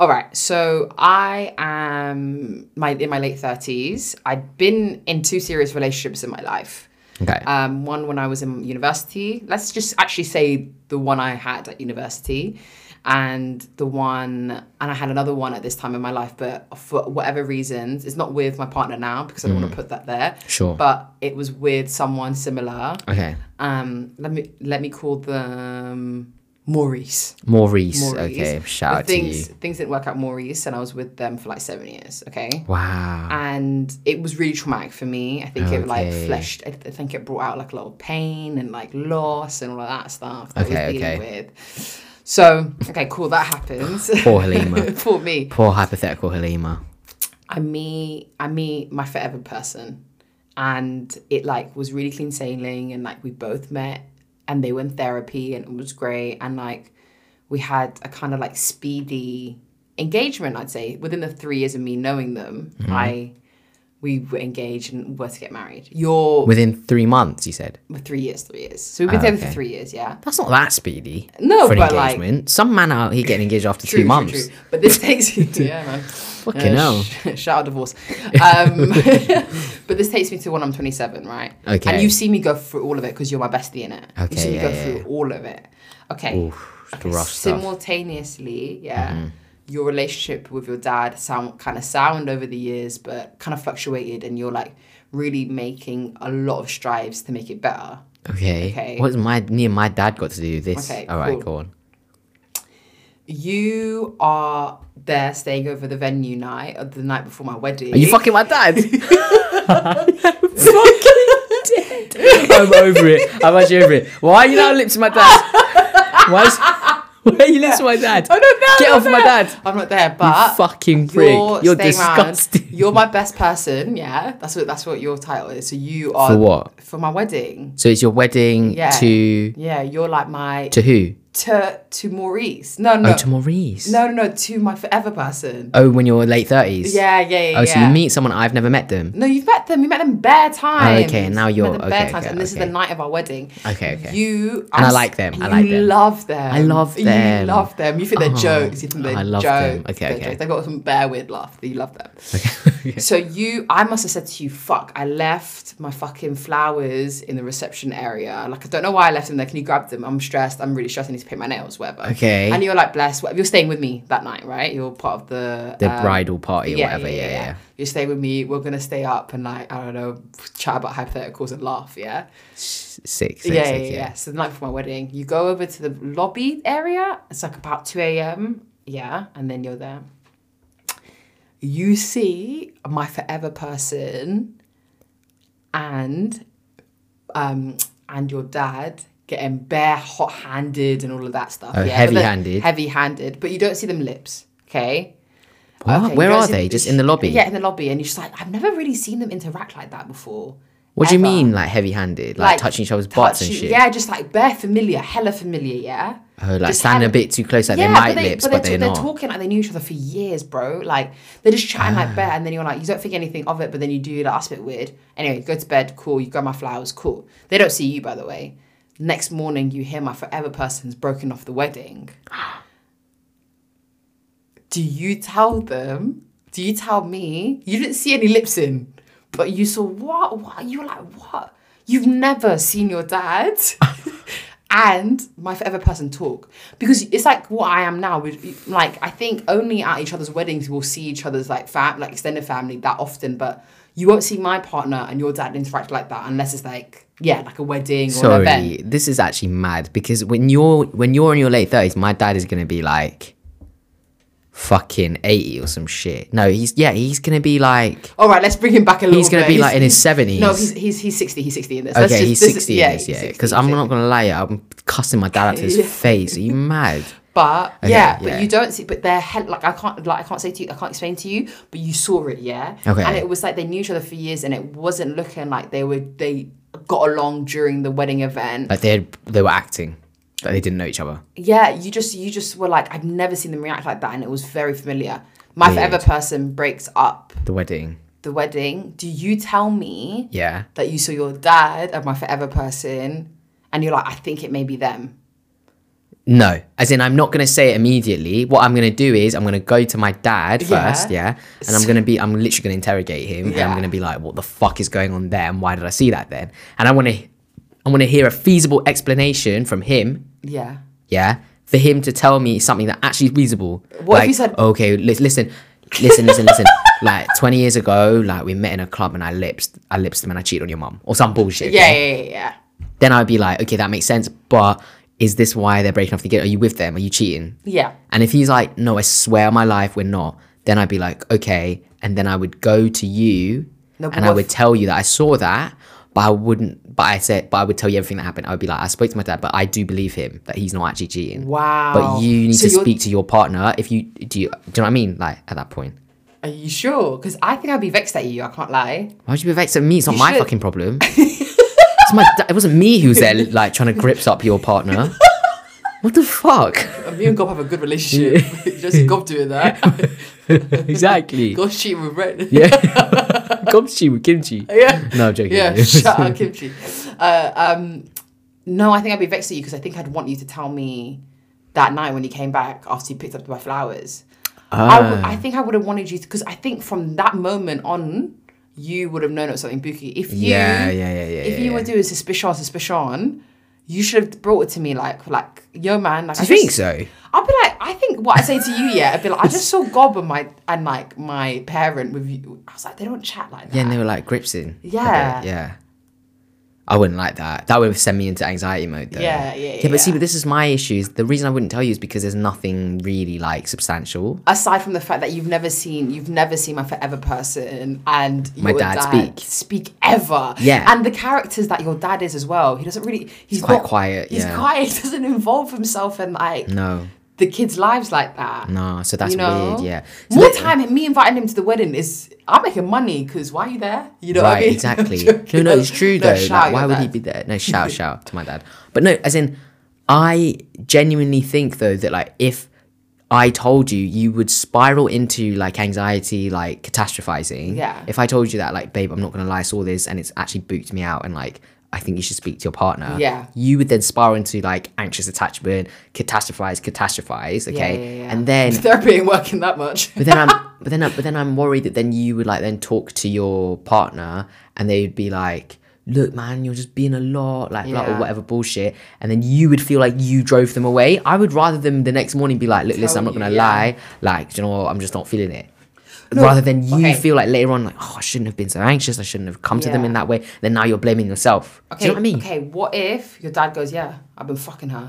[SPEAKER 2] All right, so I am my in my late thirties. I'd been in two serious relationships in my life.
[SPEAKER 1] Okay.
[SPEAKER 2] Um, one when I was in university. Let's just actually say the one I had at university, and the one, and I had another one at this time in my life. But for whatever reasons, it's not with my partner now because I don't want to put that there.
[SPEAKER 1] Mm. Sure.
[SPEAKER 2] But it was with someone similar.
[SPEAKER 1] okay.
[SPEAKER 2] Um, let me let me call them Maurice.
[SPEAKER 1] Maurice.
[SPEAKER 2] Maurice.
[SPEAKER 1] Okay. Shout
[SPEAKER 2] But
[SPEAKER 1] out
[SPEAKER 2] things,
[SPEAKER 1] to you.
[SPEAKER 2] Things didn't work out Maurice, and I was with them for like seven years. Okay. Uh,
[SPEAKER 1] Wow.
[SPEAKER 2] And it was really traumatic for me. I think it like
[SPEAKER 1] Okay.
[SPEAKER 2] fleshed. I I think it brought out like a lot of pain and like loss and all of that stuff. That
[SPEAKER 1] Okay,
[SPEAKER 2] I was dealing
[SPEAKER 1] okay.
[SPEAKER 2] With. So okay, cool. That happens.
[SPEAKER 1] Poor Halima.
[SPEAKER 2] For me,
[SPEAKER 1] Poor hypothetical Halima.
[SPEAKER 2] I meet I meet my forever person, and it like was really clean sailing, and like we both met, and they were in therapy, and it was great, and like we had a kind of like speedy engagement, I'd say within the three years of me knowing them, I we were engaged and were to get married. You're
[SPEAKER 1] Within three months, you said.
[SPEAKER 2] with three years, three years. So we've been together
[SPEAKER 1] okay.
[SPEAKER 2] for three years, yeah.
[SPEAKER 1] That's not that speedy.
[SPEAKER 2] No,
[SPEAKER 1] for an
[SPEAKER 2] but, like-
[SPEAKER 1] engagement. Some man out here getting engaged after
[SPEAKER 2] True,
[SPEAKER 1] two
[SPEAKER 2] true,
[SPEAKER 1] months.
[SPEAKER 2] true. But this takes you to yeah, man. Fucking
[SPEAKER 1] hell.
[SPEAKER 2] shout out divorce. Um, but this takes me to when I'm 27, right?
[SPEAKER 1] Okay.
[SPEAKER 2] And you see me go through all of it because you're my bestie in it.
[SPEAKER 1] Okay,
[SPEAKER 2] You see me
[SPEAKER 1] yeah,
[SPEAKER 2] go
[SPEAKER 1] yeah,
[SPEAKER 2] through all of it. Okay.
[SPEAKER 1] Oof, it's the rough stuff. Mm-hmm.
[SPEAKER 2] Simultaneously, yeah. Your relationship with your dad sound kind of sound over the years, but kind of fluctuated, and you're like really making a lot of strives to make it better.
[SPEAKER 1] Okay.
[SPEAKER 2] Okay.
[SPEAKER 1] What's my me and my dad got to do with this?
[SPEAKER 2] Okay,
[SPEAKER 1] All right,
[SPEAKER 2] cool.
[SPEAKER 1] go on.
[SPEAKER 2] You are there staying over the venue night, uh, the night before my wedding.
[SPEAKER 1] Are you fucking my dad? I'm over it. I'm actually over it. Why are you now lips to my dad? Why, is, why are you lips to my dad?
[SPEAKER 2] I'm not there.
[SPEAKER 1] Get
[SPEAKER 2] I'm
[SPEAKER 1] off
[SPEAKER 2] not
[SPEAKER 1] my
[SPEAKER 2] there.
[SPEAKER 1] dad.
[SPEAKER 2] I'm not there, but
[SPEAKER 1] fucking prick. You're
[SPEAKER 2] staying round.
[SPEAKER 1] disgusting.
[SPEAKER 2] You're my best person. Yeah, that's what that's what your title is. So you are
[SPEAKER 1] For what?
[SPEAKER 2] For my wedding.
[SPEAKER 1] So it's your wedding
[SPEAKER 2] Yeah.
[SPEAKER 1] to
[SPEAKER 2] Yeah, you're like my
[SPEAKER 1] to who?
[SPEAKER 2] to to Maurice. No, no,
[SPEAKER 1] Oh, to Maurice.
[SPEAKER 2] no, no, no, to my forever person.
[SPEAKER 1] Oh, when you're late thirties.
[SPEAKER 2] Yeah, yeah, yeah.
[SPEAKER 1] Oh, so you
[SPEAKER 2] yeah.
[SPEAKER 1] meet someone I've never met them.
[SPEAKER 2] No, you've met them. You met them bare times.
[SPEAKER 1] okay, now
[SPEAKER 2] You met
[SPEAKER 1] you're-
[SPEAKER 2] them bare
[SPEAKER 1] okay,
[SPEAKER 2] times,
[SPEAKER 1] okay,
[SPEAKER 2] and this is
[SPEAKER 1] okay.
[SPEAKER 2] the night of our wedding.
[SPEAKER 1] Okay, okay.
[SPEAKER 2] You
[SPEAKER 1] And I
[SPEAKER 2] s-
[SPEAKER 1] like them, I
[SPEAKER 2] you
[SPEAKER 1] like them.
[SPEAKER 2] Love them.
[SPEAKER 1] I love them.
[SPEAKER 2] You love them. You think they're
[SPEAKER 1] Oh,
[SPEAKER 2] jokes. You think
[SPEAKER 1] oh,
[SPEAKER 2] they're
[SPEAKER 1] I love them.
[SPEAKER 2] jokes.
[SPEAKER 1] Okay,
[SPEAKER 2] they're
[SPEAKER 1] okay.
[SPEAKER 2] jokes. They've got some bare weird laugh. You love them.
[SPEAKER 1] Okay.
[SPEAKER 2] So you, I must have said to you, "Fuck! I left my fucking flowers in the reception area. Like I don't know why I left them there. Can you grab them? I'm stressed. I'm really stressed. I need to paint my nails, whatever."
[SPEAKER 1] Okay.
[SPEAKER 2] And you're like, "Bless, whatever." You're staying with me that night, right? You're part of the
[SPEAKER 1] the
[SPEAKER 2] um,
[SPEAKER 1] bridal party or whatever. Yeah, yeah.
[SPEAKER 2] You stay with me. We're gonna stay up and like I don't know, chat about hypotheticals and laugh. Yeah.
[SPEAKER 1] Six, six,
[SPEAKER 2] yeah,
[SPEAKER 1] six,
[SPEAKER 2] yeah, yeah, So the night before my wedding, you go over to the lobby area. It's like about two a.m. Yeah, and then you're there. You see my forever person, and um, and your dad getting bare hot-handed and all of that stuff.
[SPEAKER 1] Oh,
[SPEAKER 2] yeah, but they're
[SPEAKER 1] heavy-handed.
[SPEAKER 2] Heavy-handed, but you don't see them lips. Okay.
[SPEAKER 1] What?
[SPEAKER 2] Okay, you
[SPEAKER 1] Oh, Where
[SPEAKER 2] don't
[SPEAKER 1] are
[SPEAKER 2] see-
[SPEAKER 1] they? Just in the lobby?
[SPEAKER 2] Yeah, in the lobby, and you're just like, I've never really seen them interact like that before.
[SPEAKER 1] What do you
[SPEAKER 2] ever."
[SPEAKER 1] mean, like heavy-handed, like, touching each other's butts and
[SPEAKER 2] touching-
[SPEAKER 1] shit?
[SPEAKER 2] Yeah, just like bare familiar, hella familiar, yeah.
[SPEAKER 1] Oh, like
[SPEAKER 2] Just
[SPEAKER 1] standing
[SPEAKER 2] hella-
[SPEAKER 1] a bit too close, like
[SPEAKER 2] yeah,
[SPEAKER 1] they might
[SPEAKER 2] but
[SPEAKER 1] lips, but,
[SPEAKER 2] they're,
[SPEAKER 1] they, are
[SPEAKER 2] they're
[SPEAKER 1] not.
[SPEAKER 2] talking like they knew each other for years, bro. Like they're just chatting
[SPEAKER 1] Ah.
[SPEAKER 2] like bare, and then you're like, you don't think anything of it, but then you do. Like, that's a bit weird. Anyway, go to bed, cool. You grab my flowers, cool. They don't see you, by the way. Next morning, you hear my forever person's broken off the wedding. do you tell them? Do you tell me? You didn't see any lips in, but you saw what? What? You were like, what? You've never seen your dad and my forever person talk because it's like what I am now. We- Like I think only at each other's weddings we'll see each other's like fam, like extended family that often, but you won't see my partner and your dad interact like that unless it's like yeah, like a wedding or an event.
[SPEAKER 1] Sorry, this is actually mad because when you're when you're in your late thirties, my dad is gonna be like fucking eighty or some shit. No, he's yeah, he's gonna be like
[SPEAKER 2] All right, let's bring him back a little.
[SPEAKER 1] he's gonna
[SPEAKER 2] bit.
[SPEAKER 1] be like in his seventies.
[SPEAKER 2] No, he's, he's he's sixty. He's sixty in this. Let's
[SPEAKER 1] okay,
[SPEAKER 2] just-
[SPEAKER 1] he's
[SPEAKER 2] this is-
[SPEAKER 1] sixty. Yeah,
[SPEAKER 2] he's
[SPEAKER 1] yeah.
[SPEAKER 2] 60,
[SPEAKER 1] Because
[SPEAKER 2] he's
[SPEAKER 1] I'm
[SPEAKER 2] 60.
[SPEAKER 1] not gonna lie, I'm cussing my dad out to his
[SPEAKER 2] Yeah.
[SPEAKER 1] face. Are you mad?
[SPEAKER 2] But
[SPEAKER 1] Okay,
[SPEAKER 2] yeah,
[SPEAKER 1] yeah.
[SPEAKER 2] but you don't see. But they're hell, like I can't like I can't say to you I can't explain to you. But you saw it, yeah.
[SPEAKER 1] Okay.
[SPEAKER 2] And it was like they knew each other for years, and it wasn't looking like they were they got along during the wedding event.
[SPEAKER 1] Like they had, they were acting, like they didn't know each other.
[SPEAKER 2] yeah, you just you just were like I've never seen them react like that, and it was very familiar. My
[SPEAKER 1] Weird.
[SPEAKER 2] forever person breaks up
[SPEAKER 1] The wedding,
[SPEAKER 2] the wedding. Do you tell me
[SPEAKER 1] yeah.
[SPEAKER 2] that you saw your dad and my forever person, and you're like I think it may be them.
[SPEAKER 1] No, as in I'm not gonna say it immediately. What I'm gonna do is I'm gonna go to my dad
[SPEAKER 2] Yeah.
[SPEAKER 1] first, yeah, and I'm gonna be I'm literally gonna interrogate him, and
[SPEAKER 2] Yeah.
[SPEAKER 1] I'm gonna be like, what the fuck is going on there, and why did I see that then? And I want to I want to hear a feasible explanation from him,
[SPEAKER 2] Yeah.
[SPEAKER 1] yeah, for him to tell me something that actually is reasonable.
[SPEAKER 2] What if he said-
[SPEAKER 1] okay, li- listen, listen, listen, listen. Like 20 years ago, like we met in a club and I lips I lips them and I cheated on your mum or some bullshit.
[SPEAKER 2] Yeah,
[SPEAKER 1] okay?
[SPEAKER 2] yeah, yeah, yeah.
[SPEAKER 1] Then I'd be like, okay, that makes sense, but is this why they're breaking off the game? Are you with them? Are you cheating?
[SPEAKER 2] Yeah.
[SPEAKER 1] And if he's like, no, I swear on my life we're not, then I'd be like, okay. And then I would go to you
[SPEAKER 2] No, but
[SPEAKER 1] and I
[SPEAKER 2] what
[SPEAKER 1] would
[SPEAKER 2] if-
[SPEAKER 1] tell you that I saw that, but I wouldn't, but I said, but I would tell you everything that happened. I would be like, I spoke to my dad, but I do believe him that he's not actually cheating.
[SPEAKER 2] Wow.
[SPEAKER 1] But you need
[SPEAKER 2] So
[SPEAKER 1] to
[SPEAKER 2] you're-
[SPEAKER 1] speak to your partner if you do you, do you know what I mean? Like at that point.
[SPEAKER 2] Are you sure? Because I think I'd be vexed at you. I can't lie.
[SPEAKER 1] Why would you be vexed at me? It's not
[SPEAKER 2] You
[SPEAKER 1] my
[SPEAKER 2] should.
[SPEAKER 1] fucking problem. it's my da- it wasn't me who was there like trying to grips up your partner. What the fuck?
[SPEAKER 2] Me and Gob have a good relationship. Just Gob doing that.
[SPEAKER 1] exactly.
[SPEAKER 2] Gob cheating with Brett.
[SPEAKER 1] Yeah. Kimchi with kimchi.
[SPEAKER 2] yeah.
[SPEAKER 1] No, I'm joking.
[SPEAKER 2] Yeah, shout out kimchi. Uh, um, no, I think I'd be vexed at you because I think I'd want you to tell me that night when you came back after you picked up my flowers. I
[SPEAKER 1] Ah.
[SPEAKER 2] would- I think I would have wanted you because I think from that moment on, you would have known it was something booky. If you,
[SPEAKER 1] Yeah, yeah, yeah, yeah,
[SPEAKER 2] if
[SPEAKER 1] yeah,
[SPEAKER 2] you were doing suspicion, suspicion, you should have brought it to me like, like, yo, man, like,
[SPEAKER 1] Do
[SPEAKER 2] I
[SPEAKER 1] you think
[SPEAKER 2] just-
[SPEAKER 1] so?
[SPEAKER 2] I'll be like, I think what I say to you, yeah, I'd be like, I just saw Gob and my and like my parent with you. I was like, they don't chat like that.
[SPEAKER 1] Yeah, and they were like grips in. a bit,
[SPEAKER 2] Yeah.
[SPEAKER 1] Yeah. I wouldn't like that. That would send me into anxiety mode though.
[SPEAKER 2] Yeah, yeah,
[SPEAKER 1] Yeah, but see,
[SPEAKER 2] yeah.
[SPEAKER 1] but this is my issue. is The reason I wouldn't tell you is because there's nothing really like substantial.
[SPEAKER 2] aside from the fact that you've never seen you've never seen my forever person and
[SPEAKER 1] My
[SPEAKER 2] your
[SPEAKER 1] dad speak.
[SPEAKER 2] speak ever
[SPEAKER 1] Yeah.
[SPEAKER 2] and the characters that your dad is as well he doesn't really he's
[SPEAKER 1] quite
[SPEAKER 2] not-
[SPEAKER 1] quiet,
[SPEAKER 2] he's
[SPEAKER 1] yeah.
[SPEAKER 2] quiet he doesn't involve himself in like
[SPEAKER 1] No.
[SPEAKER 2] the kids lives like that
[SPEAKER 1] No. So that's
[SPEAKER 2] you know
[SPEAKER 1] weird. Yeah. So
[SPEAKER 2] more
[SPEAKER 1] that-
[SPEAKER 2] time me inviting him to the wedding is I'm making money because why are you there you know what I
[SPEAKER 1] Right,
[SPEAKER 2] mean?
[SPEAKER 1] exactly.
[SPEAKER 2] I'm joking.
[SPEAKER 1] no, no, it's true though.
[SPEAKER 2] shout
[SPEAKER 1] Like,
[SPEAKER 2] out
[SPEAKER 1] why
[SPEAKER 2] your
[SPEAKER 1] would he
[SPEAKER 2] dad.
[SPEAKER 1] be there? No, shout, shout to my dad. But no, as in, I genuinely think though that like if I told you, you would spiral into like anxiety, like catastrophizing.
[SPEAKER 2] Yeah.
[SPEAKER 1] If I told you that, like, babe, I'm not gonna lie, I saw this and it's actually booked me out, and like, I think you should speak to your partner.
[SPEAKER 2] Yeah.
[SPEAKER 1] You would then spiral into like anxious attachment, catastrophize, catastrophize. Okay.
[SPEAKER 2] yeah, yeah.
[SPEAKER 1] And then
[SPEAKER 2] therapy ain't working that much
[SPEAKER 1] but then I'm but then I, but then I'm worried that then you would like then talk to your partner and they'd be like, "Look, man, you're just being a lot like blah,
[SPEAKER 2] Yeah.
[SPEAKER 1] or whatever bullshit," and then you would feel like you drove them away. I would rather them the next morning be like, "Look, listen, I'm not
[SPEAKER 2] you,
[SPEAKER 1] gonna
[SPEAKER 2] yeah.
[SPEAKER 1] lie. Like, do you know what? I'm just not feeling it." rather than you
[SPEAKER 2] okay.
[SPEAKER 1] feel like later on, like, "Oh, I shouldn't have been so anxious. I shouldn't have come to them
[SPEAKER 2] Yeah.
[SPEAKER 1] in that way." Then now you're blaming yourself.
[SPEAKER 2] okay
[SPEAKER 1] Do you know what I mean?
[SPEAKER 2] okay what if your dad goes yeah I've been fucking her